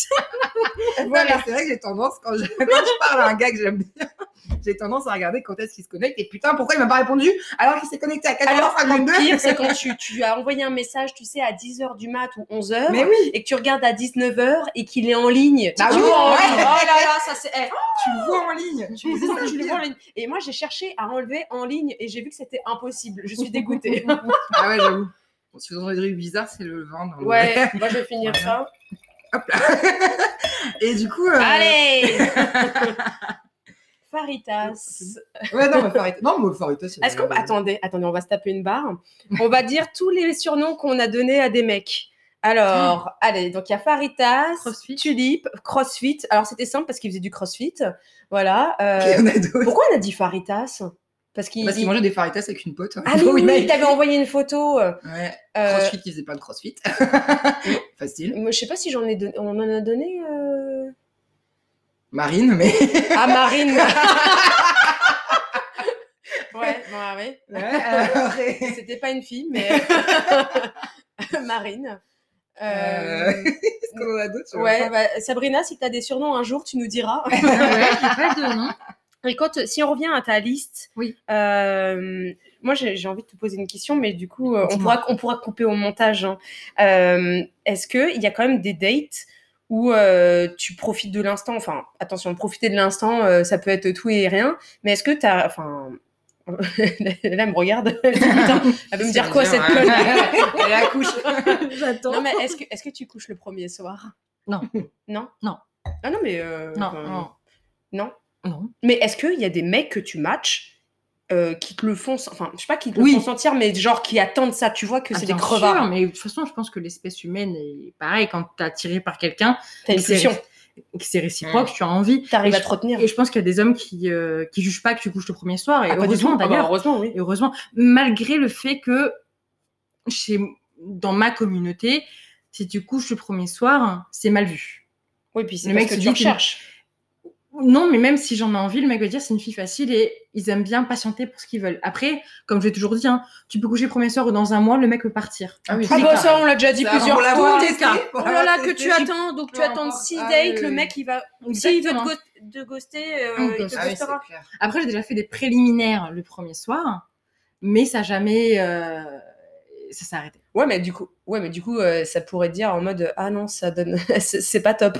Voilà, c'est vrai que j'ai tendance, quand je, [laughs] quand je parle à un gars que j'aime bien, j'ai tendance à regarder quand est-ce qu'il se connecte. Et putain, pourquoi il m'a pas répondu alors qu'il s'est connecté à alors, le 14h52 pire, c'est quand tu, tu as envoyé un message, tu sais, à 10h du mat ou 11h. Mais oui, Et que tu regardes à 19h et qu'il est en ligne. Bah tu oui, le vois en ouais. ligne. Oh là là, ça c'est. eh, [laughs] tu le vois en ligne. tu, C'est ça, tu le pire. vois en ligne. Et moi j'ai cherché à enlever en ligne et j'ai vu que c'était impossible. Je suis [laughs] dégoûtée. Ah ouais, j'avoue. Bon, si vous entendez des trucs bizarres, c'est le vent. dans le- ouais, moi je vais finir Ouais. ça. Et du coup, euh, Allez [laughs] Faritas. Ouais, non, mais faut arrêter. Non, mais euh, faut arrêter, c'est- Est-ce qu'on. Attendez, attendez, on va se taper une barre. On va dire tous les surnoms qu'on a donnés à des mecs. Alors, allez, donc il y a Faritas, Crossfit. Tulip, CrossFit. Alors c'était simple parce qu'il faisait du CrossFit. Voilà. euh, Il y en a d'autres. pourquoi on a dit Faritas Parce qu'il. Parce qu'il mangeait des faritas avec une pote. hein. Ah [laughs] oui, [laughs] oui, oui, t'avais envoyé une photo. euh, Ouais. euh, Crossfit, il faisait pas de crossfit. [laughs] Facile. moi, je sais pas si j'en ai donné. On en a donné. euh, Marine, mais. Ah, Marine [laughs] [laughs] Ouais, ouais, ouais. [laughs] Ouais. C'était pas une fille, mais Marine. Euh, Euh, Est-ce qu'on en a d'autres sur le Ouais, bah, Sabrina, si tu as des surnoms un jour, tu nous diras. Ouais, [laughs] j'ai pas de nom. Et quand, si on revient à ta liste, Oui. euh, moi j'ai j'ai envie de te poser une question, mais du coup, euh, on, Dis-moi. pourra, on pourra couper au montage. hein. Euh, Est-ce qu'il y a quand même des dates où euh, tu profites de l'instant Enfin, attention, profiter de l'instant, euh, ça peut être tout et rien, mais est-ce que tu as. Enfin, [laughs] là, elle me regarde, elle se dit, Putain, elle veut me dire quoi cette Excusez-moi. conne Elle est à couche. J'attends. Non, mais est-ce que, est-ce que tu couches le premier soir Non. [laughs] Non Non. Ah non, mais. euh, Non, enfin, non. Non. Non. Mais est-ce qu'il y a des mecs que tu matches euh, qui te le font. sen- Enfin, je sais pas, qui te Oui. le font sentir, mais genre qui attendent ça. Tu vois que Ah, c'est des bien crevards. sûr, mais de toute façon, je pense que l'espèce humaine est pareil. Quand t'es attiré par quelqu'un, T'as une que c'est session. que c'est réciproque, tu as envie. T'arrives Et à je- te retenir. Et je pense qu'il y a des hommes qui, euh, qui jugent pas que tu couches le premier soir. Et Ah, pas du heureusement tout. Ah bah, d'ailleurs. heureusement, oui. Et heureusement, malgré le fait que chez, dans ma communauté, si tu couches le premier soir, c'est mal vu. Oui, puis c'est Le parce mec que se tu dit qu'il- recherches. Non, mais même si j'en ai envie, le mec va dire c'est une fille facile et ils aiment bien patienter pour ce qu'ils veulent. Après, comme j'ai toujours dit, hein, tu peux coucher le premier soir ou dans un mois, le mec peut partir. Ah oui, Tous Ah les bah cas. ça, on l'a déjà dit Ça, plusieurs on l'a fois. testé. Oh On l'a là là, que testé. tu attends. Donc tu Peu attends importe. 6 Ah, dates, oui, le oui. mec il va. S'il veut Exactement. te, go- te ghoster, euh, On il te ghoste. Ah oui, c'est ghostera. clair. Après, j'ai déjà fait des préliminaires le premier soir, mais ça jamais. euh, ça s'est arrêté. Ouais, mais du coup, ouais, mais du coup euh, ça pourrait dire en mode euh, Ah non, ça donne. [laughs] c'est c'est pas top.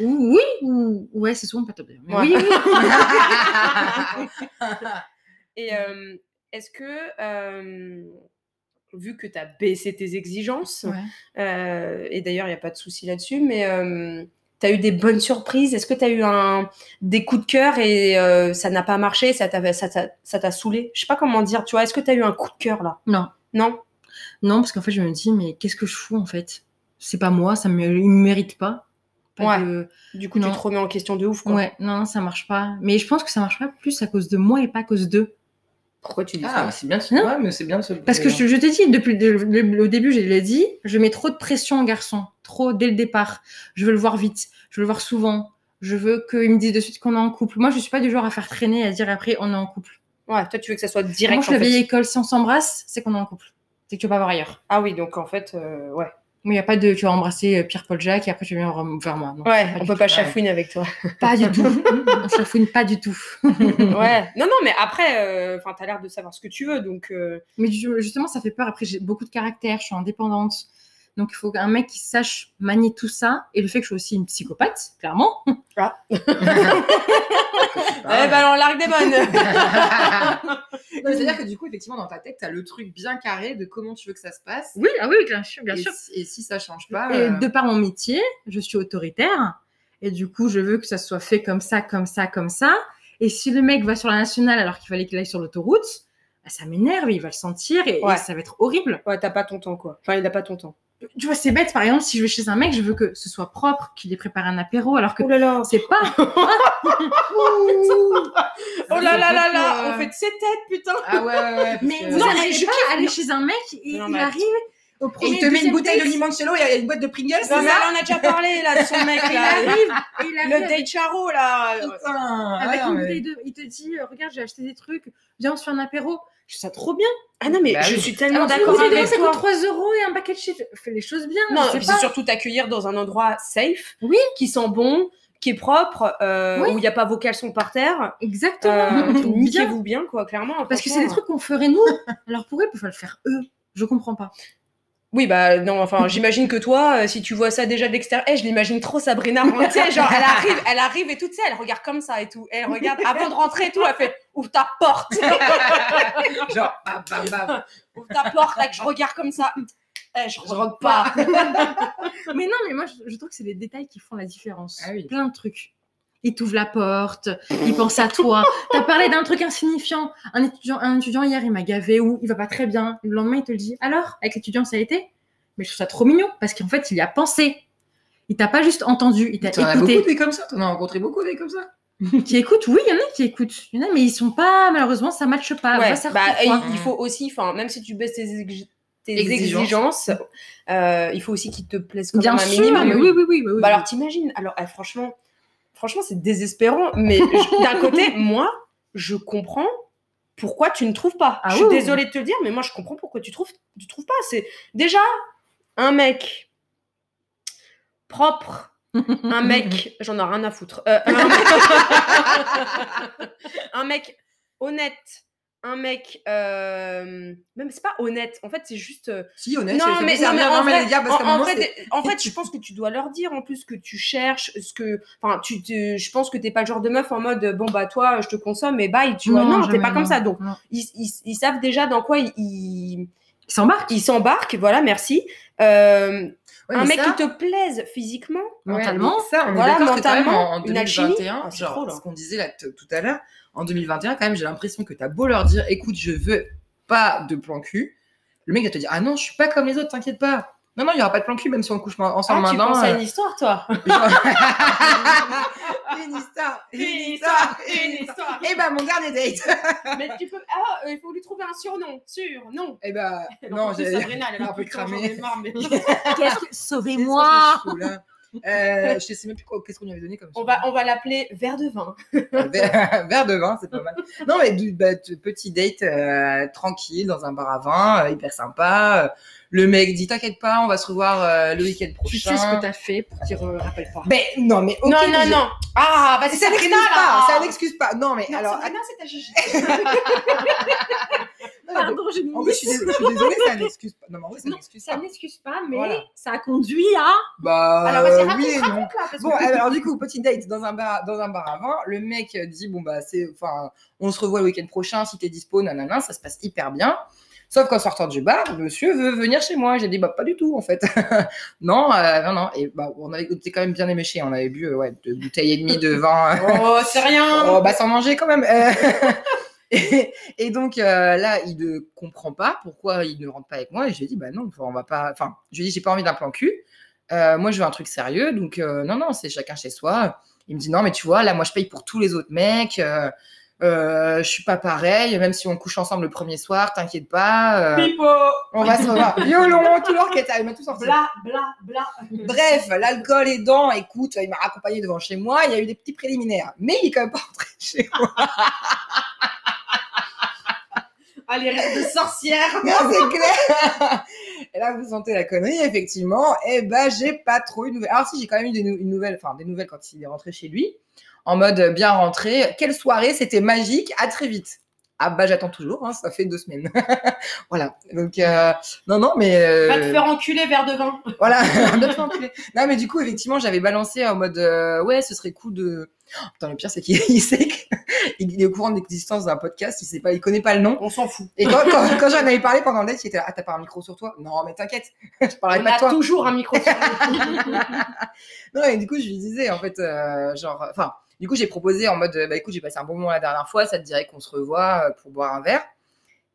Ou- Oui, ou. Ouais, c'est souvent pas top d'ailleurs. mais Ouais. Oui, oui. Et euh, est-ce que, euh, vu que tu as baissé tes exigences, Ouais. euh, et d'ailleurs, il n'y a pas de souci là-dessus, mais tu as eu des bonnes surprises Est-ce que tu as eu un, des coups de cœur et euh, ça n'a pas marché Ça t'a ça t'a- ça t'a saoulé Je sais pas comment dire, tu vois. Est-ce que tu as eu un coup de cœur là Non. Non Non, parce qu'en fait, je me dis, mais qu'est-ce que je fous en fait C'est pas moi, ça me, il me mérite pas. Pas Ouais. de- Du coup, Non. tu te remets en question de ouf. Quoi. ouais, non, non, ça marche pas. Mais je pense que ça marche pas plus à cause de moi et pas à cause d'eux. Pourquoi tu dis Ah, mais ça c'est bien de se Non. ouais, mais c'est bien de se- Parce que je, je t'ai dit, depuis le, le- le début, je l'ai dit, je mets trop de pression aux garçons, trop dès le départ. Je veux le voir vite, je veux le voir souvent, je veux qu'il me dise de suite qu'on est en couple. Moi, je suis pas du genre à faire traîner et à dire après on est en couple. Ouais, toi, tu veux que ça soit direct. Moi, je suis en la fait. vieille école, si on s'embrasse, c'est qu'on est en couple. C'est que tu vas pas voir ailleurs. Ah oui, donc en fait, euh, ouais. Il n'y a pas de tu vas embrasser euh, Pierre-Paul Jacques et après tu viens re- vers moi. Non, Ouais, pas on du peut tout. pas chafouiner avec toi. Pas du tout. on chafouine pas du tout. [laughs] ouais. [laughs] Non, non, mais après, euh, enfin, t'as l'air de savoir ce que tu veux, donc. euh, Mais ju- justement, ça fait peur. Après, j'ai beaucoup de caractère, je suis indépendante. Donc, il faut un mec qui sache manier tout ça. Et le fait que je sois aussi une psychopathe, clairement. hein. [laughs] Eh bah, ben, on largue des bonnes. [laughs] Non, mais C'est-à-dire que du coup, effectivement, dans ta tête, t'as le truc bien carré de comment tu veux que ça se passe. Oui, ah oui, bien sûr, et, si- et si ça change pas. Et euh, de par mon métier, je suis autoritaire. Et du coup, je veux que ça soit fait comme ça, comme ça, comme ça. Et si le mec va sur la nationale alors qu'il fallait qu'il aille sur l'autoroute, bah, ça m'énerve, il va le sentir et, et Ouais. ça va être horrible. ouais, t'as pas ton temps, quoi. Enfin, il a pas ton temps. Tu vois, c'est bête. Par exemple, si je vais chez un mec, je veux que ce soit propre, qu'il ait préparé un apéro, alors que Oh là là. c'est pas Oh là là là beaucoup, là. euh, On fait de ses têtes, putain. Ah ouais, ouais, ouais. parce Mais que- vous Non, n'arrivez mais je pas kiffe, à aller non. chez un mec et Non, il mais arrive au Et premier il te met une deuxième bouteille de date, limoncello et il y a une boîte de Pringles, Non, c'est mais ça là, on a déjà parlé, là, de son mec, [laughs] Il là. arrive, il Le arrive date charo, là. Putain, Ah avec hein, ouais, Ah, bah, une mais- bouteille de... Il te dit, euh, regarde, j'ai acheté des trucs, viens, on se fait un apéro. Je trouve ça trop bien. Ah non, mais Bah je oui. suis tellement Alors, d'accord si vous voulez, avec ça coûte toi. 3 euros et un paquet de chips. Fais les choses bien. Non, je puis sais c'est pas. surtout t'accueillir dans un endroit safe, Oui. qui sent bon, qui est propre, euh, Oui. où il n'y a pas vos caleçons par terre. Exactement. Euh, un truc bien. Niquez-vous [laughs] bien, quoi, clairement. Parce que c'est franchement. des trucs qu'on ferait nous. Alors pourquoi ils peuvent pas le faire eux Je comprends pas. Oui, bah non, [laughs] enfin, j'imagine que toi, euh, si tu vois ça déjà de l'extérieur, Eh, je l'imagine trop Sabrina, tu sais, genre, elle arrive, elle arrive et tout, tu sais, elle regarde comme ça et tout. Elle regarde, avant de rentrer et tout, elle fait Ouvre ta porte [laughs] Genre, ah, bah, bam, bam, bam. Ouvre ta porte, là, que je regarde comme ça. Eh, je, Je rentre rentre pas. Mais non, mais moi, je, je trouve que c'est les détails qui font la différence. Ah oui. Plein de trucs. il t'ouvre la porte, il pense à toi. T'as parlé d'un truc insignifiant. Un étudiant, un étudiant hier, il m'a gavé ou il va pas très bien. Le lendemain, il te le dit. Alors, avec l'étudiant, ça a été Mais je trouve ça trop mignon parce qu'en fait, il y a pensé. Il t'a pas juste entendu, il t'a T'en as beaucoup écouté. des comme ça, t'en as rencontré beaucoup des comme ça. Qui écoute Oui, il y en a qui écoutent. Il y en a, mais ils sont pas, malheureusement, ça matche pas. Ouais, Moi, ça bah, reflète il pas. il faut aussi, enfin, même si tu baisses tes, exig- tes Exigences. exigences, euh, il faut aussi qu'il te plaise quand Bien même un sûr, minimum. mais oui, oui, oui. oui, oui. Bah alors t'imagines, alors eh, franchement, franchement c'est désespérant, mais je- d'un [laughs] côté, moi, je comprends pourquoi tu ne trouves pas. Ah je suis oui. désolée de te le dire, mais moi je comprends pourquoi tu trouves, tu trouves pas. C'est déjà un mec propre. [laughs] Un mec, j'en ai rien à foutre. Euh, un, mec... [laughs] un mec honnête. Un mec. euh, Même c'est pas honnête. En fait, c'est juste. euh, Si, honnête, non, mais, non, mais en, non, mais vrai, les gars, parce en- qu'à un en moment, vrai, c'est- des- en fait, je pense que tu dois leur dire en plus que tu cherches ce que. Enfin, tu, te- je pense que t'es pas le genre de meuf en mode bon, bah toi, je te consomme et bye, tu vois. Non, t'es jamais, pas comme ça. Donc, non. ils, ils- ils savent déjà dans quoi ils- ils Ils s'embarquent. ils s'embarquent, voilà, merci. Euh, Ouais, un mais mec ça- qui te plaise physiquement, Ouais, [laughs] mentalement. mais ça, on voilà, est d'accord que quand même mentalement, en, en une alchimie. 2021, Ah, c'est genre, trop, là. ce qu'on disait là t- tout à l'heure, en 2021, quand même, j'ai l'impression que t'as beau leur dire, écoute, je veux pas de plan cul, le mec va te dire, ah non, je suis pas comme les autres, t'inquiète pas. Non, non, il y aura pas de plan cul, même si on couche ma- ensemble Ah, tu maintenant. penses à [laughs] euh, une histoire, toi [laughs] genre- une histoire, histoire. Et bah, mon dernier date. [laughs] Mais tu peux. Ah, euh, il faut lui trouver un surnom. Surnom. Et bah, Alors, en non, plus, j'ai. Sabrina, elle est un peu cramée. Qu'est-ce que- Sauvez-moi Oula. [laughs] Euh, je sais même plus quoi, qu'est-ce qu'on lui avait donné comme ça. [laughs] On va, on va l'appeler verre de vin. Un verre, un verre de vin, c'est pas mal. Non, mais du, bah, tu- petit date euh, tranquille dans un bar à vin, euh, hyper sympa. Euh, Le mec dit T'inquiète pas, on va se revoir euh, le week-end prochain. Tu sais ce que t'as fait pour qu'il ne rappelle pas. Mais non, mais ok. non, mais non, je- non. Ah, vas-y, Oh. Mais ça n'excuse Sabrina, pas, là. ça n'excuse pas. Non, mais Non, alors. Sabrina, c'est ta gigi. attends, non, je mais- en plus, je suis dés- je suis désolée, ça n'excuse pas. Non, mais en vrai, ça Non, n'excuse ça pas. n'excuse pas, mais Voilà. ça a conduit à. Bah, Alors, vas-y, raconte, oui et non. raconte, là, parce Bon, que- alors du coup, petit date dans un bar, dans un bar à vin. Le mec dit bon bah c'est, enfin, on se revoit le week-end prochain si t'es dispo, nanana, ça se passe hyper bien. Sauf qu'en sortant du bar, le monsieur veut venir chez moi. J'ai dit bah pas du tout en fait. [laughs] non, euh, non, non. Et bah on avait on était quand même bien éméchés. On avait bu euh, ouais deux bouteilles et demie de vin. Oh, c'est rien. Oh, bah sans manger quand même. Euh, [laughs] et, et donc euh, là, il ne comprend pas pourquoi il ne rentre pas avec moi. Et je lui ai dit, bah non, enfin, on va pas. Enfin, je lui ai dit, j'ai pas envie d'un plan cul. Euh, moi, je veux un truc sérieux. Donc euh, non, non, c'est chacun chez soi. Il me dit, non, mais tu vois, là, moi, je paye pour tous les autres mecs. Euh, euh, je suis pas pareil. Même si on couche ensemble le premier soir, t'inquiète pas. euh, Pipo. on va se revoir. Violon, tout l'orchestre, il m'a tout sorti. Bla, bla, bla. Bref, l'alcool aidant, écoute, il m'a raccompagné devant chez moi, il y a eu des petits préliminaires, mais il est quand même pas rentré chez moi. Allez, rire de sorcière. Non, c'est clair. [laughs] Et là, vous sentez la connerie, effectivement. Eh ben, j'ai pas trop eu de nouvelles. Alors, si, j'ai quand même eu des, nou- une nouvelle, enfin, des nouvelles quand il est rentré chez lui, en mode euh, bien rentré. Quelle soirée, c'était magique. À très vite. Ah bah, j'attends toujours. hein, ça fait deux semaines. [laughs] voilà. Donc, euh, non, non, mais euh, Va te faire enculer, verre de vin. voilà. Un autre fois enculé. non, mais du coup, effectivement, j'avais balancé en mode euh, ouais, ce serait cool de. Oh, putain, le pire, c'est qu'il [laughs] il sait qu'il est au courant de l'existence d'un podcast. Il sait pas, il connaît pas le nom. On s'en fout. Et quand, quand, quand j'en avais parlé pendant le date, il était là, ah, t'as pas un micro sur toi Non, mais t'inquiète, [laughs] je parlerai On pas a de toi. toujours un micro [laughs] sur nous. Non, et du coup, je lui disais, en fait, euh, genre, enfin, du coup, j'ai proposé en mode, bah écoute, j'ai passé un bon moment la dernière fois, ça te dirait qu'on se revoit euh, pour boire un verre.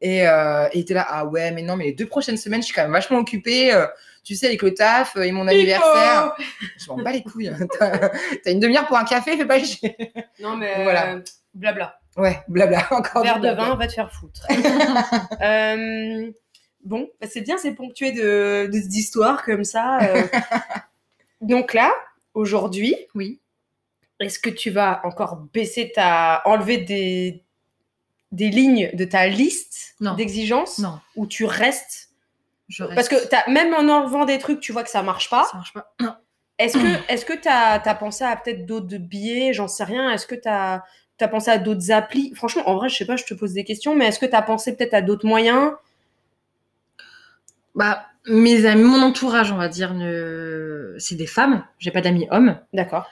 Et, euh, et il était là, ah ouais, mais non, mais les deux prochaines semaines, je suis quand même vachement occupée, euh, tu sais, avec le taf euh, et mon anniversaire. Je m'en bats les couilles. hein. T'as t'as une demi-heure pour un café, fais pas chier. Non, mais. euh, Voilà. blabla. Ouais, blabla, encore. Verre du de blabla. vin, va te faire [laughs] foutre. Euh, bon, bah, c'est bien, c'est ponctué de de- d'histoires comme ça. [laughs] euh. Donc là, aujourd'hui, Oui. est-ce que tu vas encore baisser ta. enlever des, des lignes de ta liste Non. d'exigences Non, ou tu restes je reste. Parce que t'as- même en enlevant des trucs, tu vois que ça marche pas. ça marche pas. Est-ce [clears throat] que est-ce que t'as as pensé à peut-être d'autres billets J'en sais rien. Est-ce que t'as as pensé à d'autres applis Franchement, en vrai, je sais pas. Je te pose des questions, mais est-ce que t'as pensé peut-être à d'autres moyens Bah, mes amis, mon entourage, on va dire, ne... c'est des femmes. J'ai pas d'amis hommes. D'accord.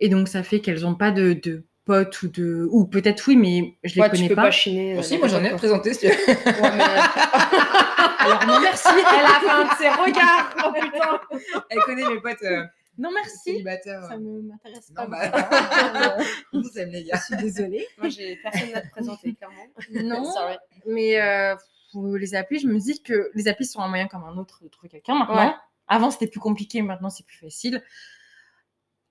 Et donc, ça fait qu'elles ont pas de, de potes ou de. Ou peut-être oui, mais je les Toi, tu connais peux pas, pas. chiner. Bon, euh, si, moi j'en ai n'importe présenté, si tu veux. quoi. Ouais, [laughs] mais- euh, Alors, non, merci. Elle a fait un de ses regards. Oh putain. Elle connaît mes potes. euh, Non, merci. célibataire. Ça ne m'intéresse Non, pas. bah, [laughs] on vous aime, les Je gars. suis désolée. Moi, j'ai personne à te présenter, clairement. [laughs] Non, Sorry. mais euh, pour les applis, je me dis que les applis sont un moyen comme un autre de trouver quelqu'un maintenant. Ouais. Avant, c'était plus compliqué, maintenant, c'est plus facile.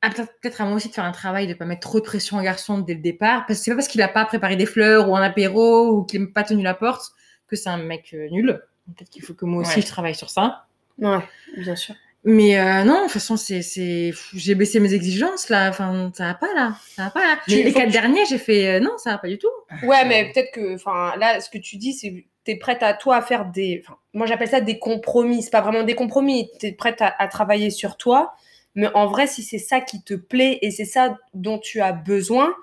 Ah, Peut-être peut-être à moi aussi de faire un travail de ne pas mettre trop de pression au garçon dès le départ. Parce que c'est pas parce qu'il n'a pas préparé des fleurs ou un apéro ou qu'il n'a pas tenu la porte que c'est un mec euh, nul. Peut-être qu'il faut que moi aussi Ouais. je travaille sur ça. Ouais, bien sûr. Mais euh, non, de toute façon, c'est c'est- pff, j'ai baissé mes exigences là. Enfin, ça va pas là. Ça va pas là. Mais les faut quatre que tu- derniers, j'ai fait euh, non, ça va pas du tout. Ouais, mais peut-être que, enfin, là, ce que tu dis, c'est que t'es prête à toi à faire des, enfin, moi j'appelle ça des compromis. C'est pas vraiment des compromis. T'es prête à, à travailler sur toi, mais en vrai, si c'est ça qui te plaît et c'est ça dont tu as besoin,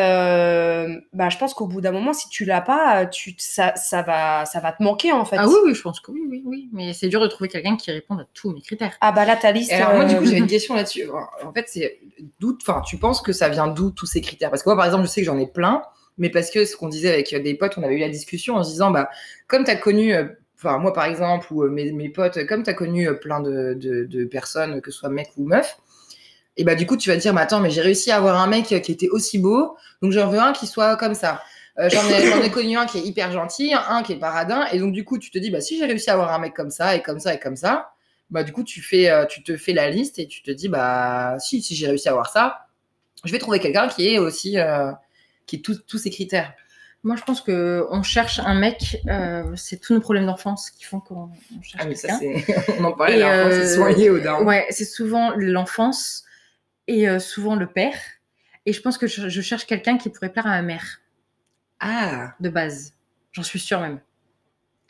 euh, bah, je pense qu'au bout d'un moment, si tu l'as pas, tu, ça, ça va, ça va te manquer en fait. Ah oui, oui, je pense que oui, oui, oui. Mais c'est dur de trouver quelqu'un qui réponde à tous mes critères. Ah bah là, ta liste. Et alors moi du euh, coup j'avais une question là-dessus. En fait c'est d'où, enfin tu penses que ça vient d'où tous ces critères Parce que moi par exemple je sais que j'en ai plein, mais parce que ce qu'on disait avec euh, des potes, on avait eu la discussion en se disant bah comme t'as connu, euh, enfin moi par exemple ou euh, mes, mes potes, comme t'as connu euh, plein de, de- de personnes, que ce soit mec ou meuf, et bah du coup tu vas te dire mais attends mais j'ai réussi à avoir un mec euh, qui était aussi beau, donc j'en veux un qui soit comme ça. Euh, j'en, ai, j'en ai connu un qui est hyper gentil, un qui est paradin, et donc du coup tu te dis bah si j'ai réussi à avoir un mec comme ça et comme ça et comme ça bah du coup tu fais euh, tu te fais la liste et tu te dis bah si si j'ai réussi à avoir ça je vais trouver quelqu'un qui est aussi euh, qui est tous tous ces critères Moi, je pense que on cherche un mec. euh, c'est tous nos problèmes d'enfance qui font qu'on on cherche quelqu'un. Ah, c'est [laughs] on en Et, la fois, euh, c'est soigné au daron. Ouais, c'est souvent l'enfance et euh, souvent le père. Et je pense que je, je cherche quelqu'un qui pourrait plaire à ma mère ah de base. J'en suis sûre même.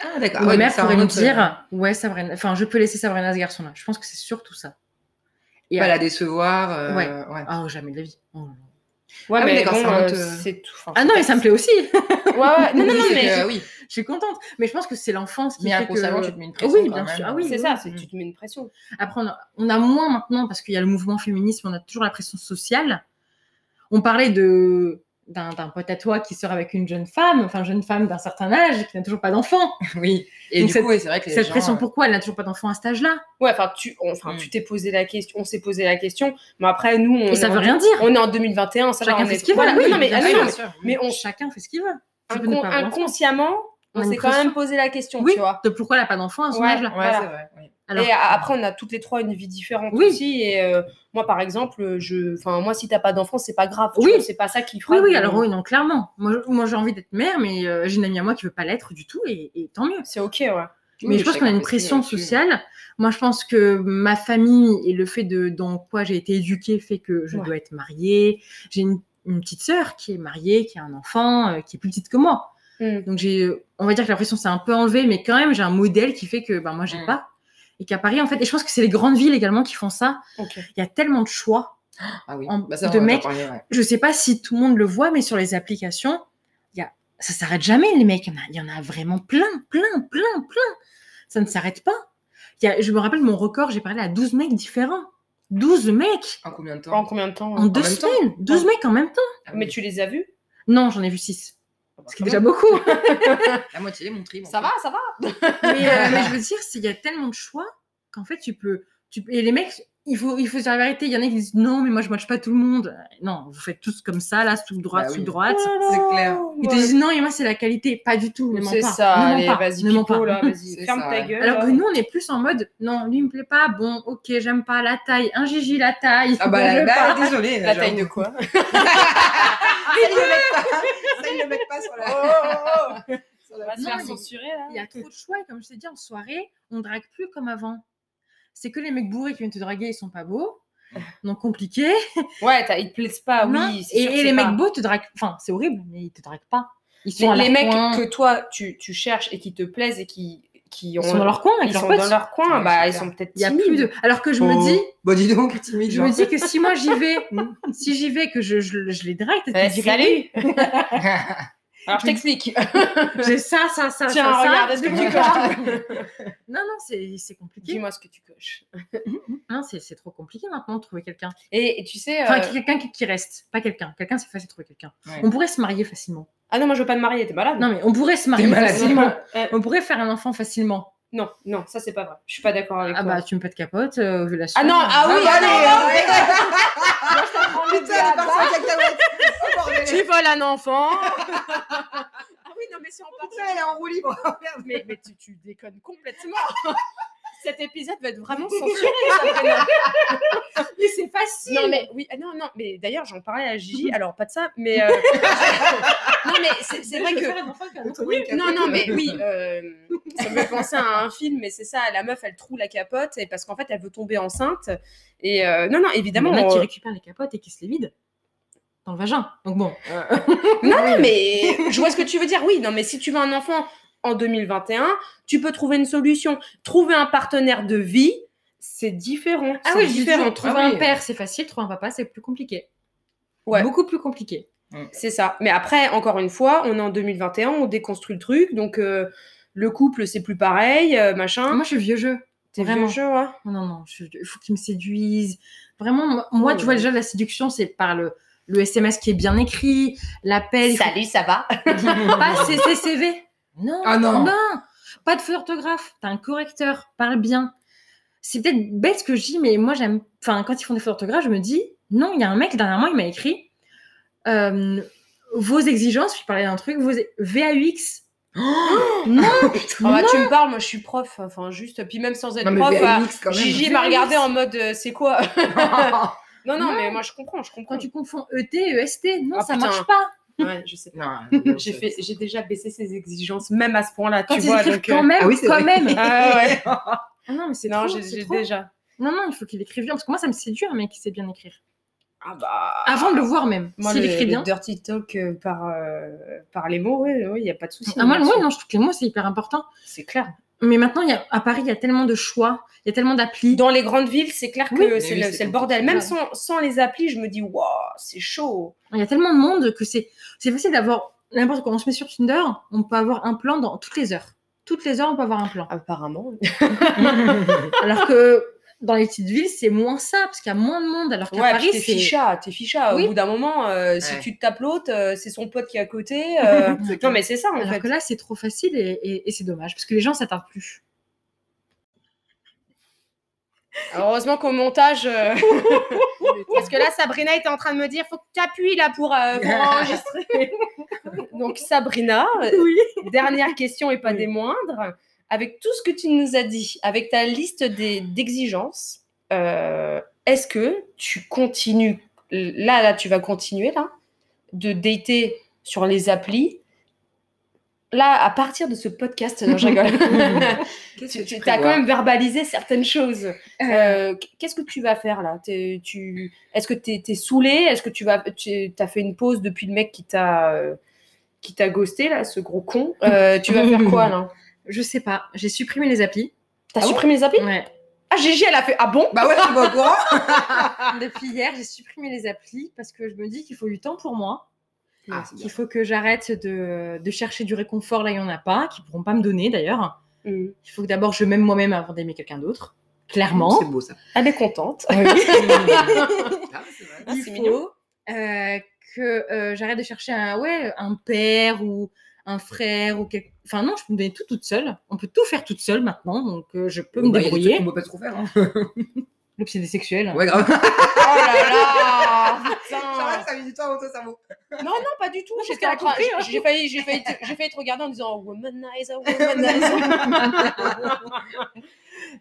ah d'accord ma Ouais, mère donc euh, c'est un pourrait me autre- dire, ouais, Sabrina. Enfin, je peux laisser Sabrina ce garçon-là. Je pense que c'est surtout ça. Et pas à- la décevoir euh, Ouais. ouais. Ah, jamais de la vie. Oh là là. Ouais, Ah oui, mais d'accord, bon, ça euh, remonte, euh, c'est tout. Enfin, Ah non, mais ça me plaît aussi. Ouais, ouais. Non, non, Oui, non, c'est mais. que, oui je suis contente. Mais je pense que c'est l'enfance qui mais fait inconsciemment que- tu te mets une Ah pression oui, quand bien même. sûr. Ah oui, C'est oui, ça, oui. c'est tu te mets une pression. Après, on a, on a moins maintenant parce qu'il y a le mouvement féministe, on a toujours la pression sociale. On parlait de d'un d'un pote à toi qui sort avec une jeune femme, enfin jeune femme d'un certain âge qui n'a toujours pas d'enfant. oui et Donc du cette- coup ouais, c'est vrai que les Cette gens, pression, euh, pourquoi elle n'a toujours pas d'enfant à cet âge-là Ouais, enfin, tu, on- enfin, Mm. tu t'es posé la question, on s'est posé la question, mais après, nous, on, Et ça est, veut en, rien dire. on est en 2021, ça va, Chacun on fait est- ce qu'il veut. Voilà, Oui, oui, non, mais, bien ah, non, sûr. non, mais on- Chacun fait ce qu'il veut. Tu mais peux ne incon- pas avoir d'enfant. inconsciemment, On a on une s'est quand pression. même posé la question, Oui. tu vois. De pourquoi elle n'a pas d'enfant à son Ouais. âge-là ouais voilà. c'est vrai oui. Alors- Et euh, a- après, on a toutes les trois une vie différente Oui. aussi. Et euh, moi, par exemple, je, enfin, moi, si t'as pas d'enfant, c'est pas grave. tu Oui. vois, c'est pas ça qui fera. Oui, oui, que- alors oui, non, clairement. Moi, je- moi, j'ai envie d'être mère, mais euh, j'ai une amie à moi qui veut pas l'être du tout, et, et tant mieux. C'est ok, ouais. Oui, mais je pense qu'on a chacun fait ce une qu'il pression veut, oui. sociale. Moi, je pense que ma famille et le fait de dans quoi j'ai été éduquée fait que je Ouais. dois être mariée. J'ai une, une petite sœur qui est mariée, qui a un enfant, euh, qui est plus petite que moi. Mm. Donc j'ai, on va dire que la pression s'est un peu enlevée, mais quand même j'ai un modèle qui fait que ben moi j'ai Mm. pas. Et qu'à Paris en fait, et je pense que c'est les grandes villes également qui font ça. Ok. Il y a tellement de choix ah oui en- Bah, ça, on de en a mecs. parlé, ouais. je sais pas si tout le monde le voit, mais sur les applications, il y a... ça s'arrête jamais, les mecs. Il y en a- Il y, en a vraiment plein, plein, plein, plein. Ça ne s'arrête pas. Il y a- Je me rappelle mon record, j'ai parlé à 12 mecs différents. 12 mecs en combien de En temps combien de temps en, hein deux même temps semaines. 12 mecs en même temps. Ah oui. Mais tu les as vus Non, j'en ai vu 6. Ah bah, Ce qui quand est même. déjà beaucoup. la moitié mon tri mon Ça tri. va, ça va. mais, [laughs] euh, mais je veux dire, c'est- il y a tellement de choix qu'en fait, tu peux. Tu... Et les mecs, il faut, il faut se dire la vérité. Il y en a qui disent non, mais moi, je match pas tout le monde. Non, vous faites tous comme ça, là, sous droite, Bah sous oui. Oh droite. c'est clair. Ah, Ils te disent non, et moi c'est la qualité, pas du tout. ne mens C'est pas, ça, ne mens allez, pas, vas-y, ne mens pipo, pas. là, vas-y, C'est ferme ça, ta ouais. gueule. Alors que là. nous on est plus en mode non, lui il me plaît pas, bon ok, j'aime pas la taille, un gigi la taille. ah bah, je là, veux [laughs] pas. bah désolé La taille de quoi Ça, ils le mettent pas. Ça, ils le mettent pas sur Oh, la. sur [laughs] On la- va se Bah Non, faire mais censurer là. Il y a trop de choix, et comme je t'ai dit en soirée, on drague plus comme avant. C'est que les mecs bourrés qui viennent te draguer, ils sont pas beaux, donc compliqués. Ouais, t'as- ils te plaisent pas, Non, Ah oui. c'est et sûr que et c'est les pas- mecs beaux te draguent, enfin c'est horrible, mais ils te draguent pas. Ils Mais sont à les leur mecs coin. que toi tu, tu cherches et qui te plaisent et qui, qui ont. ils sont dans leur coin avec ils leurs sont potes. dans leur Oh, coin, Ouais, bah c'est ils clair. sont peut-être Il y a timides. plus de. Alors que je me dis, Bon, dis donc, timide. je me [laughs] dis que si moi j'y vais, [laughs] si j'y vais que je, je- je les drague, peut-être Eh, qu'ils diraient, salut que. Alors je [laughs] t'explique. J'ai ça, ça, ça. Tiens, Ah, ça, ça, regarde, est-ce que je tu veux pas. [laughs] coches Non, non, c'est c'est compliqué. Dis-moi ce que tu coches. Non, c'est c'est trop compliqué maintenant de trouver quelqu'un. Et, et tu sais. Enfin, euh, quelqu'un qui, qui reste. Pas quelqu'un. Quelqu'un, c'est facile de trouver quelqu'un. Ouais. On pourrait se marier facilement. Ah non, moi je veux pas me marier, t'es malade. Non, mais on pourrait se marier malade. facilement. Euh, on pourrait faire un enfant facilement. Non, non, ça c'est pas vrai. Je suis pas d'accord avec Ah toi. bah, tu me pètes capote, euh, ovulation. ah non, ah oui, bah, ah non, allez, ah oui, ouais. hein. moi, je t'apprends le Putain, elle est blabla. partie en cacahuète. Oh, bordel. [laughs] Tu voles un enfant. ah oui, non, mais si Oh, on part Putain, elle est en roue libre. mais, mais tu, tu déconnes complètement. [laughs] Cet épisode va être vraiment censuré. Sabrina. Mais c'est facile. non mais oui, ah, non non, mais d'ailleurs j'en parlais à Gigi. Alors pas de ça, mais euh, [laughs] non mais c'est c'est vrai que non non mais oui, euh, ça me fait penser à un film, mais c'est ça, la meuf elle troue la capote et parce qu'en fait elle veut tomber enceinte et euh, non non évidemment Évidemment, il y en a qui on- récupèrent les capotes et qui se les vident dans le vagin. Donc bon, euh, Non, non, mais je vois ce que tu veux dire. Oui, non, mais si tu veux un enfant en 2021, tu peux trouver une solution. Trouver un partenaire de vie, c'est différent. Ah C'est oui, je dis différent. toujours, trouver Ah oui. un père, c'est facile, trouver un papa, c'est plus compliqué. Ouais. Beaucoup plus compliqué. C'est ça. Mais après, encore une fois, on est en 2021, on déconstruit le truc, donc euh, le couple, c'est plus pareil, euh, machin. Moi, je suis vieux jeu. T'es vraiment. vieux hein. jeu, ouais. Non, non, non, je- il faut qu'il me séduise. Vraiment, moi, moi, Oh, Ouais. tu vois, déjà, la séduction, c'est par le, le SMS qui est bien écrit, l'appel. il faut- ça va Pas CCCV. Non. Ah non. Pas de feu d'orthographe. T'as un correcteur. Parle bien. C'est peut-être bête ce que je dis, mais moi, j'aime. Enfin, quand ils font des feux d'orthographe, je me dis non, il y a un mec, dernièrement, il m'a écrit euh, vos exigences, je parlais d'un truc, vos VAUX. non, non. Ah bah, Tu me parles, moi je suis prof, enfin juste, puis même sans être Non, mais prof, euh, VAX, quand même. Gigi m'a regardé en mode euh, c'est quoi [laughs] non, non, Non. mais moi je comprends, je comprends. Quand tu confonds E ET, EST, non, Ah, ça putain. marche pas. Ouais, je sais. Non, J'ai fait, j'ai déjà baissé ses exigences, même à ce point-là, Quand tu ils vois. écrivent donc, euh, quand même, Ah oui, c'est quand vrai. même. [laughs] Ah [laughs] ouais. Ah non, mais c'est non, trop, j'ai c'est j'ai trop. déjà. Non, non, il faut qu'il écrive bien. Parce que moi, ça me séduit un mec qui sait bien écrire. Ah bah. Avant de le voir même, Moi, s'il le, écrit le bien. dirty talk euh, par, euh, par les mots, il n'y a pas de souci. Ah, moi, là-dessus. ouais, non, je trouve que les mots, c'est hyper important. C'est clair. Mais maintenant, il y a, à Paris, il y a tellement de choix, il y a tellement d'applis. Dans les grandes villes, c'est clair que Oui. Mais oui, c'est le, c'est c'est le compliqué. bordel. Même Ouais. sans, sans les applis, je me dis, waouh, c'est chaud. Il y a tellement de monde que c'est c'est facile d'avoir n'importe quoi. On se met sur Tinder, on peut avoir un plan dans toutes les heures. Toutes les heures, on peut avoir [laughs] un plan. Apparemment. Alors que dans les petites villes, c'est moins ça, parce qu'il y a moins de monde. Alors qu'à Ouais, puis Paris, t'es c'est. ficha, t'es ficha. Oui. Au bout d'un moment, euh, si Ouais. tu te tapes l'autre, euh, c'est son pote qui est à [laughs] côté. euh, non, mais c'est ça, en Alors fait. que là, c'est trop facile et, et- et c'est dommage, parce que les gens s'attardent plus. Alors, heureusement qu'au montage. [laughs] euh, [laughs] Parce que là, Sabrina était en train de me dire, faut que tu appuies là pour, euh, [laughs] pour enregistrer. Donc, Sabrina, euh, Oui. dernière question et pas Oui. des moindres. Avec tout ce que tu nous as dit, avec ta liste des- d'exigences, euh, est-ce que tu continues, là, là, tu vas continuer, là, de dater sur les applis Là, à partir de ce podcast, non, je [laughs] rigole. [laughs] tu as quand même verbalisé certaines choses. Euh, Qu'est-ce que tu vas faire là T'es- tu... Est-ce que tu es, saoulé Est-ce que tu vas... tu as fait une pause depuis le mec qui t'a euh, qui t'a ghosté là, ce gros con Euh, Tu vas faire quoi là Je sais pas, j'ai supprimé les applis. T'as Ah bon supprimé les applis Ouais. Ah Gigi, elle a fait ah bon Bah ouais, tu vois au courant. Depuis hier, j'ai supprimé les applis parce que je me dis qu'il faut du temps pour moi. Ah, c'est bien. qu'il faut que j'arrête de, de chercher du réconfort là, il n'y en a pas, qu'ils ne pourront pas me donner d'ailleurs. Mm. Il faut que d'abord je m'aime moi-même avant d'aimer quelqu'un d'autre, clairement. C'est beau ça. Elle est contente. Ah, c'est vrai. Ah, Il c'est mignon. faut euh, que euh, j'arrête de chercher un, ouais, un père ou un frère ou quelque... Enfin non, je peux me donner tout toute seule. On peut tout faire toute seule maintenant, donc euh, je peux me Bah, il y a des trucs débrouiller. qu'on peut pas trop faire. hein. L'obsédé sexuel. Ouais, grave. Oh là là putain. ça met du temps avant ton cerveau. Non, non, pas du tout. parce J'étais qu'elle a en train- compris, hein. J'ai failli, j'ai failli, te- j'ai failli te regarder en disant ah, womanizer, womanizer.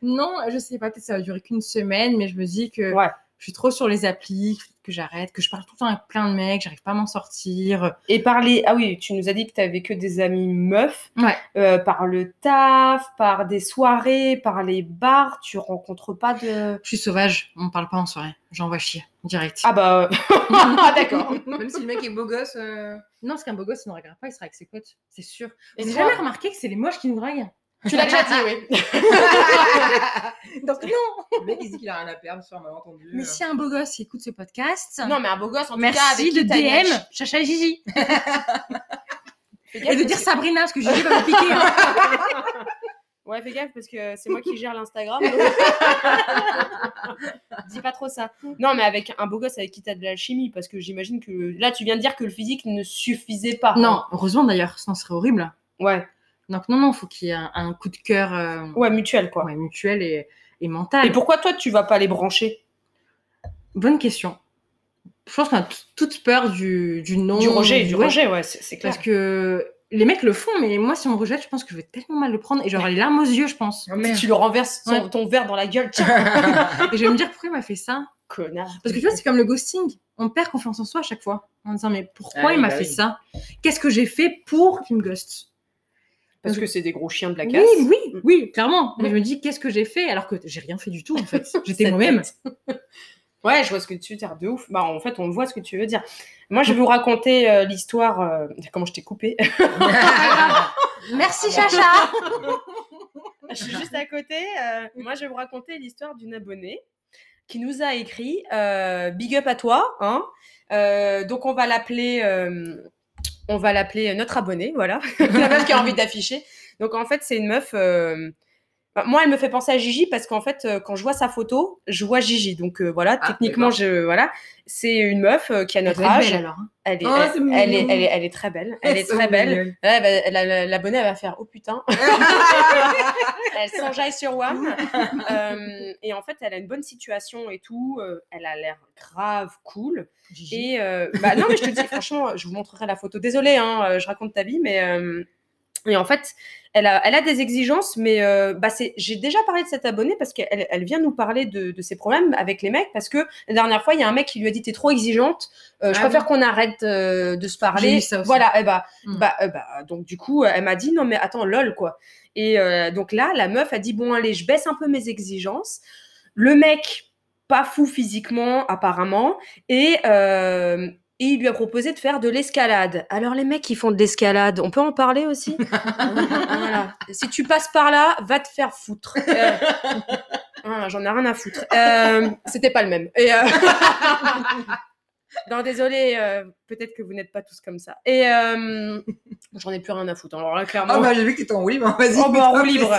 Non, je sais pas, peut-être ça va durer qu'une semaine, mais je me dis que Ouais. je suis trop sur les applis, que j'arrête, que je parle tout le temps avec plein de mecs, j'arrive pas à m'en sortir. [laughs] Et par les... Ah oui, tu nous as dit que tu avais que des amis meufs. Ouais. Euh, par le taf, par des soirées, par les bars, tu rencontres pas de... Je suis sauvage, on parle pas en soirée, j'envoie chier, direct. Ah bah... [laughs] ah d'accord. Même si le mec est beau gosse. euh, Non, parce qu'un beau gosse, il ne regarde pas, il sera avec ses potes, c'est sûr. Et Vous avez toi jamais remarqué que c'est les moches qui nous draguent Tu l'as déjà dit, oui. Donc euh. non Le mec, il se dit qu'il a rien à perdre sur un malentendu. Mais euh. si un beau gosse il écoute ce podcast, Non, mais un beau gosse, en tout cas, merci avec de qui t'as une DM, hache. Chacha [laughs] et Gigi. Fais gaffe Et de parce dire que- Sabrina, parce que Gigi va me [laughs] piquer. hein. Ouais, fais gaffe, parce que c'est moi qui gère l'Instagram. [laughs] Dis pas trop ça. Non, mais avec un beau gosse avec qui t'as de la chimie, parce que j'imagine que... Là, tu viens de dire que le physique ne suffisait pas. Non, heureusement d'ailleurs, sinon ce serait horrible. Ouais. Donc non, non, faut qu'il y ait un, un coup de cœur euh, Ouais, mutuel, quoi. ouais, mutuel et, et mental. Et pourquoi toi, tu vas pas les brancher Bonne question. Je pense qu'on a t- toute peur du, du non. Du rejet, du Mmh, ouais, rejet, ouais, c'est c'est clair. Parce que les mecs le font, mais moi, si on me rejette, je pense que je vais tellement mal le prendre et j'aurai les larmes aux yeux, je pense. Oh, Si merde. tu le renverses son- Ah, Ouais. ton verre dans la gueule, [laughs] tiens, Et je vais me dire pourquoi il m'a fait ça. connard. Parce que tu vois, c'est comme le ghosting. On perd confiance en soi à chaque fois. En disant, mais pourquoi Ah il m'a oui, bah fait oui. ça Qu'est-ce que j'ai fait pour qu'il me ghoste Parce que c'est des gros chiens de la Oui, casse. oui, oui, clairement. Mais Mm. je me dis, qu'est-ce que j'ai fait alors que j'ai rien fait du tout, en [laughs] fait. J'étais Cette moi-même. tête. [laughs] ouais, je vois ce que tu veux dire, de ouf. Bah, en fait, on voit ce que tu veux dire. Moi, je vais vous raconter euh, l'histoire. euh, Comment je t'ai coupé Ah, Merci, bah, Chacha Je suis juste à côté. euh, moi, je vais vous raconter l'histoire d'une abonnée qui nous a écrit euh, Big up à toi. Hein. Euh, donc, on va l'appeler. euh, on va l'appeler notre abonnée, voilà. [laughs] la meuf qui a envie d'afficher. Donc, en fait, c'est une meuf. euh, bah, moi, elle me fait penser à Gigi parce qu'en fait, euh, quand je vois sa photo, je vois Gigi. Donc, euh, voilà, Ah, techniquement, je, voilà, c'est une meuf euh, qui a notre âge. alors. hein. Elle est, Oh, elle- c'est elle, est, mignon. elle, est, elle est très belle. [laughs] [laughs] Elle est C'est très belle. mignon. Ouais, bah, la- la- L'abonnée, elle va faire Oh putain Elle s'enjaille sur WAM. Euh, et en fait, elle a une bonne situation et tout. euh, elle a l'air grave cool. Gigi. Et euh, bah, non, mais je te dis, franchement, je vous montrerai la photo. Désolée, hein, euh, je raconte ta vie, mais. euh, et en fait, elle a, elle a des exigences, mais euh, bah, c'est- j'ai déjà parlé de cette abonnée parce qu'elle elle vient nous parler de, de ses problèmes avec les mecs. Parce que la dernière fois, il y a un mec qui lui a dit T'es trop exigeante, euh, je Ah préfère qu'on arrête euh, de se parler. lu ça aussi. Voilà, et bah, Mm. bah, euh, bah, donc du coup, elle m'a dit Non, mais attends, lol, quoi. Et euh, donc là, la meuf a dit Bon, allez, je baisse un peu mes exigences. Le mec, pas fou physiquement, apparemment, et. euh, et il lui a proposé de faire de l'escalade. Alors les mecs qui font de l'escalade, on peut en [laughs] parler aussi Voilà. Si tu passes par là, va te faire foutre. Euh, voilà, J'en ai rien à foutre. Euh, C'était pas le même. Et, euh, [laughs] non, désolé, euh, peut-être que vous n'êtes pas tous comme ça. Et euh, j'en ai plus rien à foutre. Alors là, clairement. Ah bah j'ai vu que t'étais en roue libre, vas-y. Oh, bah, en roue vas-y. libre.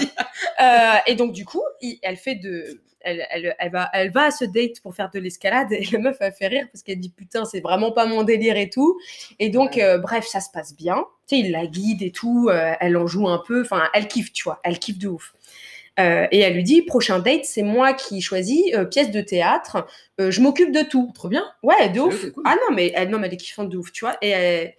Euh, et donc, du coup, il- elle fait de. Elle, elle- elle va, elle va à ce date pour faire de l'escalade et [laughs] la meuf, elle fait rire parce qu'elle dit Putain, c'est vraiment pas mon délire et tout. Et donc, euh, bref, ça se passe bien. Tu sais, il la guide et tout. euh, elle en joue un peu. Enfin, elle kiffe, tu vois. Elle kiffe de ouf. Euh, et elle lui dit Prochain date, c'est moi qui choisis euh, pièce de théâtre. euh, je m'occupe de tout. Trop bien. Ouais, de C'est ouf. vrai, c'est cool. Ah non, mais elle, non, mais elle est kiffante de ouf, tu vois. Et, elle-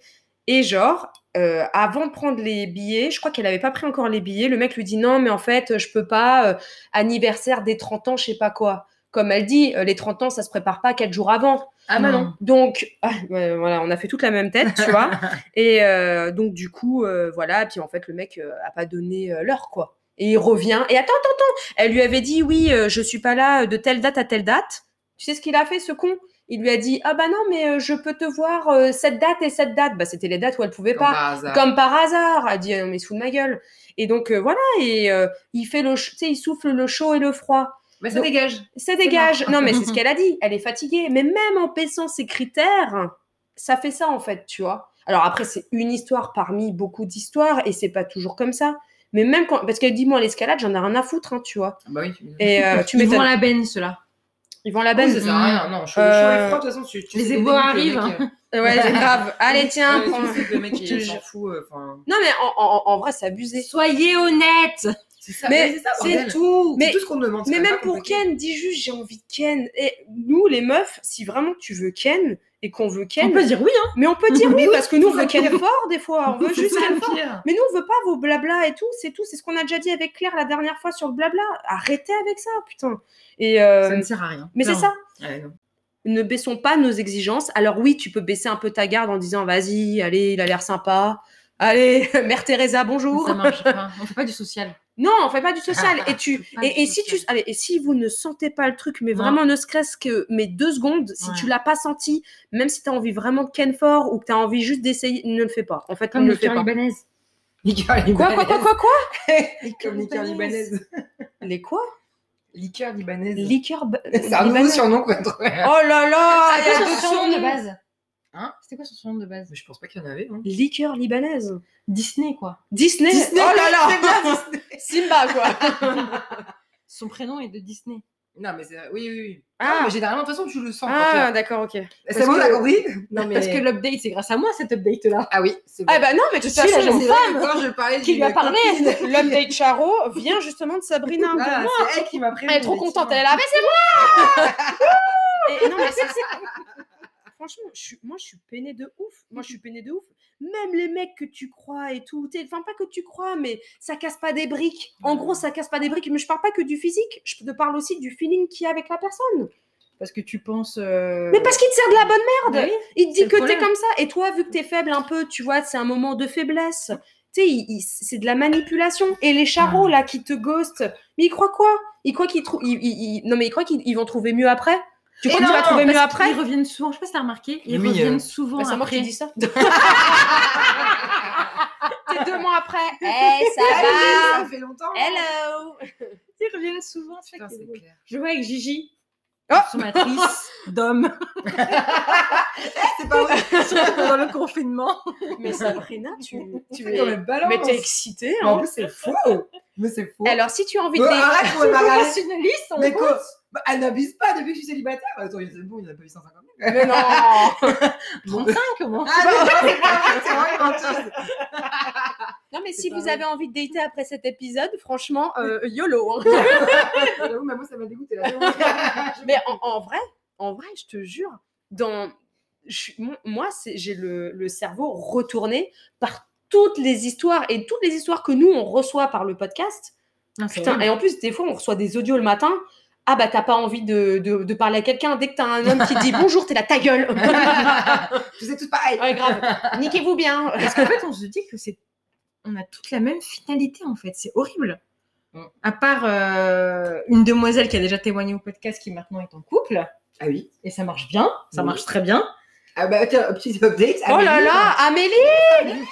et genre, euh, avant de prendre les billets, je crois qu'elle n'avait pas pris encore les billets, le mec lui dit non, mais en fait, je peux pas, euh, anniversaire des 30 ans, je sais pas quoi. Comme elle dit, euh, les 30 ans, ça se prépare pas 4 jours avant. Ah bah non. Donc, ah, ouais, voilà, on a fait toute la même tête, tu vois. Et euh, donc, du coup, euh, voilà. Puis en fait, le mec euh, a pas donné euh, l'heure, quoi. Et il revient. Et attends, attends, attends. Elle lui avait dit, oui, euh, je suis pas là euh, de telle date à telle date. Tu sais ce qu'il a fait, ce con Il lui a dit, ah bah non, mais euh, je peux te voir euh, cette date et cette date. Bah, c'était les dates où elle pouvait Comme pas. par hasard. Comme par hasard, elle dit Ah non, mais il se fout de ma gueule. Et donc euh, voilà, et euh, il fait le, ch- tu sais, il souffle le chaud et le froid Mais ça Donc- dégage. ça dégage. mort. Non, mais c'est [laughs] ce qu'elle a dit. Elle est fatiguée. Mais même en baissant ses critères, ça fait ça, en fait, tu vois. Alors après, c'est une histoire parmi beaucoup d'histoires et c'est pas toujours comme ça. Mais même quand. Parce qu'elle dit, moi, l'escalade, j'en ai rien à foutre, hein, tu vois. Ah Bah oui. tu- Et [laughs] euh, tu Tu Ils vont à m'étonnes. la benne, ceux-là. Ils vont à la Ah oui, base. ça sert à rien. Non, chaud, chaud Ben Euh, et froid, de toute façon, tu, tu les sais dès éboueurs que le mec, arrivent. euh, Ouais, [laughs] c'est grave. Allez, hein. tiens. ouais, tu prends- sais que le mec, Je te il s'en jure. fout. euh, enfin, Non, mais en, en- en vrai, c'est abusé. Soyez honnêtes C'est ça, Mais ouais, c'est ça, C'est bordel. tout. C'est Mais tout ce qu'on me demande. c'est Mais quand même pas pour compliqué. Ken, dis juste j'ai envie de Ken. Et nous, les meufs, si vraiment tu veux Ken et qu'on veut Ken, On peut dire oui, hein. mais on peut dire oui parce que nous on veut Ken Pierre. fort des fois, [laughs] on veut C'est juste ça, Ken le fort. pire. Mais nous on veut pas vos blabla et tout, c'est tout, c'est ce qu'on a déjà dit avec Claire la dernière fois sur le blabla. Arrêtez avec ça, putain. Et euh, Ça ne sert à rien. mais c'est Clairement. ça. Ouais, non. Ne baissons pas nos exigences. Alors oui, tu peux baisser un peu ta garde en disant vas-y, allez, il a l'air sympa. Allez, [laughs] Mère Teresa, bonjour. Ça marche pas. On fait pas du social. Non, on fait pas du social. Et tu, Pas du et, et si tu, social. allez, et si vous ne sentez pas le truc, mais Non. vraiment ne serait-ce que mes deux secondes, si Ouais. tu l'as pas senti, même si tu as envie vraiment de Ken fort ou que tu as envie juste d'essayer, ne le fais pas. En fait, [laughs] Comme ne le les fais cœurs pas. libanaises. Liqueur Quoi, quoi, quoi, libanaise. quoi, quoi Comme liqueur libanaise. Les quoi Liqueur libanaise. Liqueur. ba- C'est un nouveau libanais. surnom qu'on a trouvé. Oh là là C'était il y a quoi son d'autres surnom Ah, de surnoms. base Hein C'était quoi son surnom de base Mais je pense pas qu'il y en avait. hein. Liqueur libanaise. Disney, quoi. Disney. Disney, Oh là [laughs] c'est bien, là Simba, quoi. Son prénom est de Disney. Non, mais c'est. Oui, oui, oui. Ah. Ah, mais généralement, de toute façon, tu le sens. quand Ah, d'accord, ok. t'es- parce C'est bon, que- t'as compris Non, mais... Parce que l'update, c'est grâce à moi, cette [laughs] update-là. Ah oui, c'est bon. Ah, bah non, mais de toute Je suis la façon, C'est jeune vrai que quand je parlais qui lui a d'une parlé. copine- l'update Charo vient justement de Sabrina. Voilà, c'est elle qui m'a prévenu. hein, Elle est trop contente, elle est là, mais c'est moi [laughs] Et- et non, mais ça, c'est- [laughs] Franchement, je suis- moi je suis peinée de ouf. Moi je suis peinée de ouf. Même les mecs que tu crois et tout, t'es- enfin pas que tu crois, mais ça casse pas des briques. En gros, ça casse pas des briques. Mais je parle pas que du physique, je te parle aussi du feeling qu'il y a avec la personne. Parce que tu penses. euh, bah Mais parce qu'il te sert de la bonne merde. oui. Il te C'est dit le que t'es problème. comme ça. Et toi, vu que t'es faible un peu, tu vois, c'est un moment de faiblesse. Tu sais, il- il- c'est de la manipulation. Et les charros, là, qui te ghostent, mais ils croient quoi Ils croient qu'ils trou- ils- ils- ils- Non, mais ils croient qu'ils ils vont trouver mieux après Tu Et crois que non, tu vas trouver Parce mieux après Ils reviennent souvent, je sais pas si t'as remarqué, ils Oui, reviennent euh, souvent Bah, C'est moi qui après. dis [laughs] ça. T'es deux mois après. Eh, ça Ah, va ça fait longtemps. Eh, Hello Ils reviennent souvent, c'est ça Putain, qui est c'est drôle. clair. Je vois avec Gigi, Oh son [laughs] actrice d'homme, C'est pas vrai. surtout pendant le confinement. Mais Sabrina, [laughs] tu, tu Putain, mais es... balance. Mais t'es excitée, Mais En hein plus, c'est faux. Mais c'est faux. Alors, si tu as envie de... Mais [laughs] arrête, on va regarder. Nationaliste, on Mais voit. quoi Bah, Elle n'abuse pas depuis que je suis célibataire. Bah, Attends, c'est bon, il n'y en a pas eu 150 000. Mais non 35 au moins. Ah non, non, c'est pas vrai, [laughs] c'est vraiment une menteuse. Non, mais C'est si pas vous vrai. avez envie de dater après cet épisode, franchement, [laughs] euh, YOLO. hein. J'avoue, mais moi, ça m'a dégoûté. là. [laughs] mais en, en vrai, en vrai, je te jure, dans, je suis- mon- moi, c'est- j'ai le, le cerveau retourné par toutes les histoires et toutes les histoires que nous, on reçoit par le podcast. Non, Ah, c'est Putain, horrible. et en plus, des fois, on reçoit des audios le matin. Ah bah t'as pas envie de, de- de parler à quelqu'un dès que t'as un homme qui [laughs] te dit bonjour t'es là ta gueule Vous êtes tous pareils. ouais grave niquez-vous bien Parce qu'en fait, on se dit que c'est. On a toute la même finalité, en fait. C'est horrible. Mm. À part euh, une demoiselle qui a déjà témoigné au podcast qui maintenant est en couple, Ah oui. et ça marche bien, ça Oui. marche très bien. Ah bah, tiens, petit update. Ah, oh là Amélie. là Amélie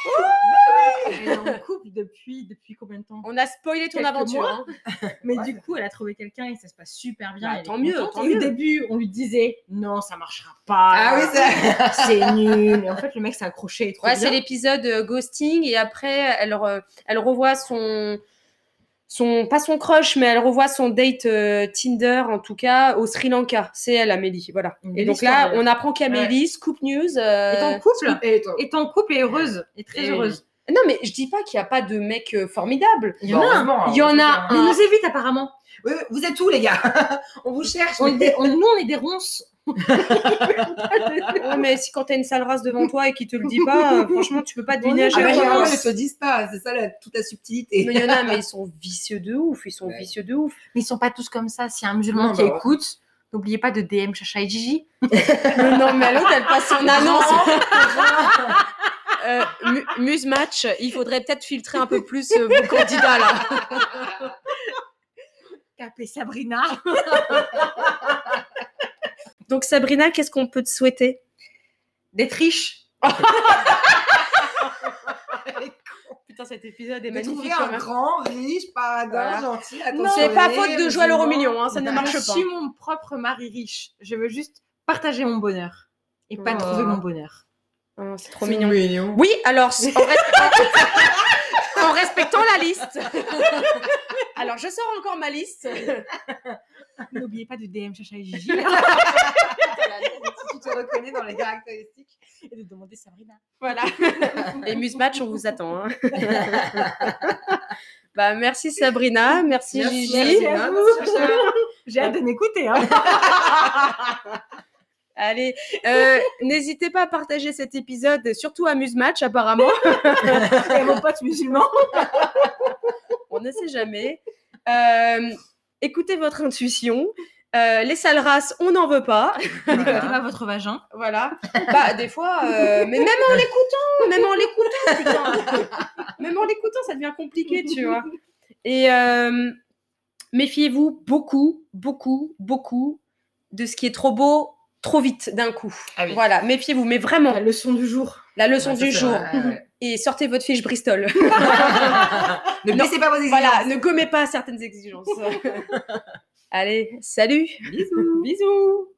Elle est en couple depuis, depuis combien de temps on a spoilé ton Quelques aventure mois. hein. [laughs] Mais Ouais. du coup, elle a trouvé quelqu'un et ça se passe super bien. Bah, elle est tant mieux, contente. tant et mieux. au début, on lui disait non, ça marchera Ah oui, pas. c'est c'est nul. Mais en fait, le mec s'est accroché et trop Ouais, bien. c'est l'épisode euh, ghosting et après elle, re- elle revoit son son pas son crush mais elle revoit son date euh, Tinder en tout cas au Sri Lanka. C'est elle Amélie, voilà. Une Et belle donc histoire, là, d'ailleurs. on apprend qu'Amélie Scoop News euh, Est en couple. Et toi Est en couple et heureuse. Et très Et- heureuse. Non mais je dis pas qu'il n'y a pas de mec euh, formidable. Il y en a un. heureusement, Il y en a hein. Mais un. Il nous évite apparemment. Oui, oui, vous êtes où, les gars [laughs] On vous cherche. On est mais- des- on- nous, on est des ronces. [laughs] Ouais, mais si quand t'as une sale race devant toi et qu'il te le dit pas, euh, franchement, tu peux [laughs] pas deviner à Ah bah, chaque fois. généralement, ils te disent pas. C'est ça, la- toute la subtilité. Mais il y en a, mais ils sont vicieux de ouf, ils sont Ouais. vicieux de ouf. Mais ils sont pas tous comme ça. S'il y a un musulman Non, qui bah ouais. écoute, n'oubliez pas de DM Chacha et Gigi. Ah. Mais non, mais l'autre, elle passe [laughs] son annonce. Euh, Mu- Muse Match, il faudrait peut-être filtrer un peu plus euh, vos candidats là. Tapez Sabrina. Donc Sabrina, qu'est-ce qu'on peut te souhaiter D'être riche. Putain, cet épisode est De trouver un grand, riche, paradin, Voilà. gentil, Non, attentionné, C'est pas faute de jouer à l'euro musulman. million, hein, ça ne Bah, marche Je pas. suis mon propre mari riche. Je veux juste partager mon bonheur. Et pas Oh. trouver mon bonheur. Oh, c'est trop C'est mignon. Oui, alors c- en, respectant- en respectant la liste. Alors je sors encore ma liste. N'oubliez pas de DM Chacha et [laughs] Gigi si tu te reconnais dans les caractéristiques. et de demander Sabrina. Voilà. Et Muse Match, on vous attend. hein. Bah merci Sabrina, merci, Gigi. Merci à vous. J'ai hâte de m'écouter. Hein. Allez, euh, n'hésitez pas à partager cet épisode, surtout à Muse Match apparemment. Et mon pote musulman. on ne sait jamais. Euh, écoutez votre intuition. Euh, les sales races, on n'en veut pas. N'écoutez pas votre vagin. Voilà. Bah, des fois, euh, mais même en l'écoutant, même en l'écoutant, putain. Même en l'écoutant, ça devient compliqué, tu vois. Et euh, méfiez-vous beaucoup, beaucoup, beaucoup de ce qui est trop beau, trop vite d'un coup. Ah oui. Voilà, méfiez-vous, mais vraiment, La leçon du jour. la leçon Ouais, ça, du c'est jour. vrai, ouais, ouais. Et sortez votre fiche Bristol. ne Non. baissez pas vos exigences. voilà, [laughs] ne gommez pas certaines exigences. Allez, salut Bisous. Bisous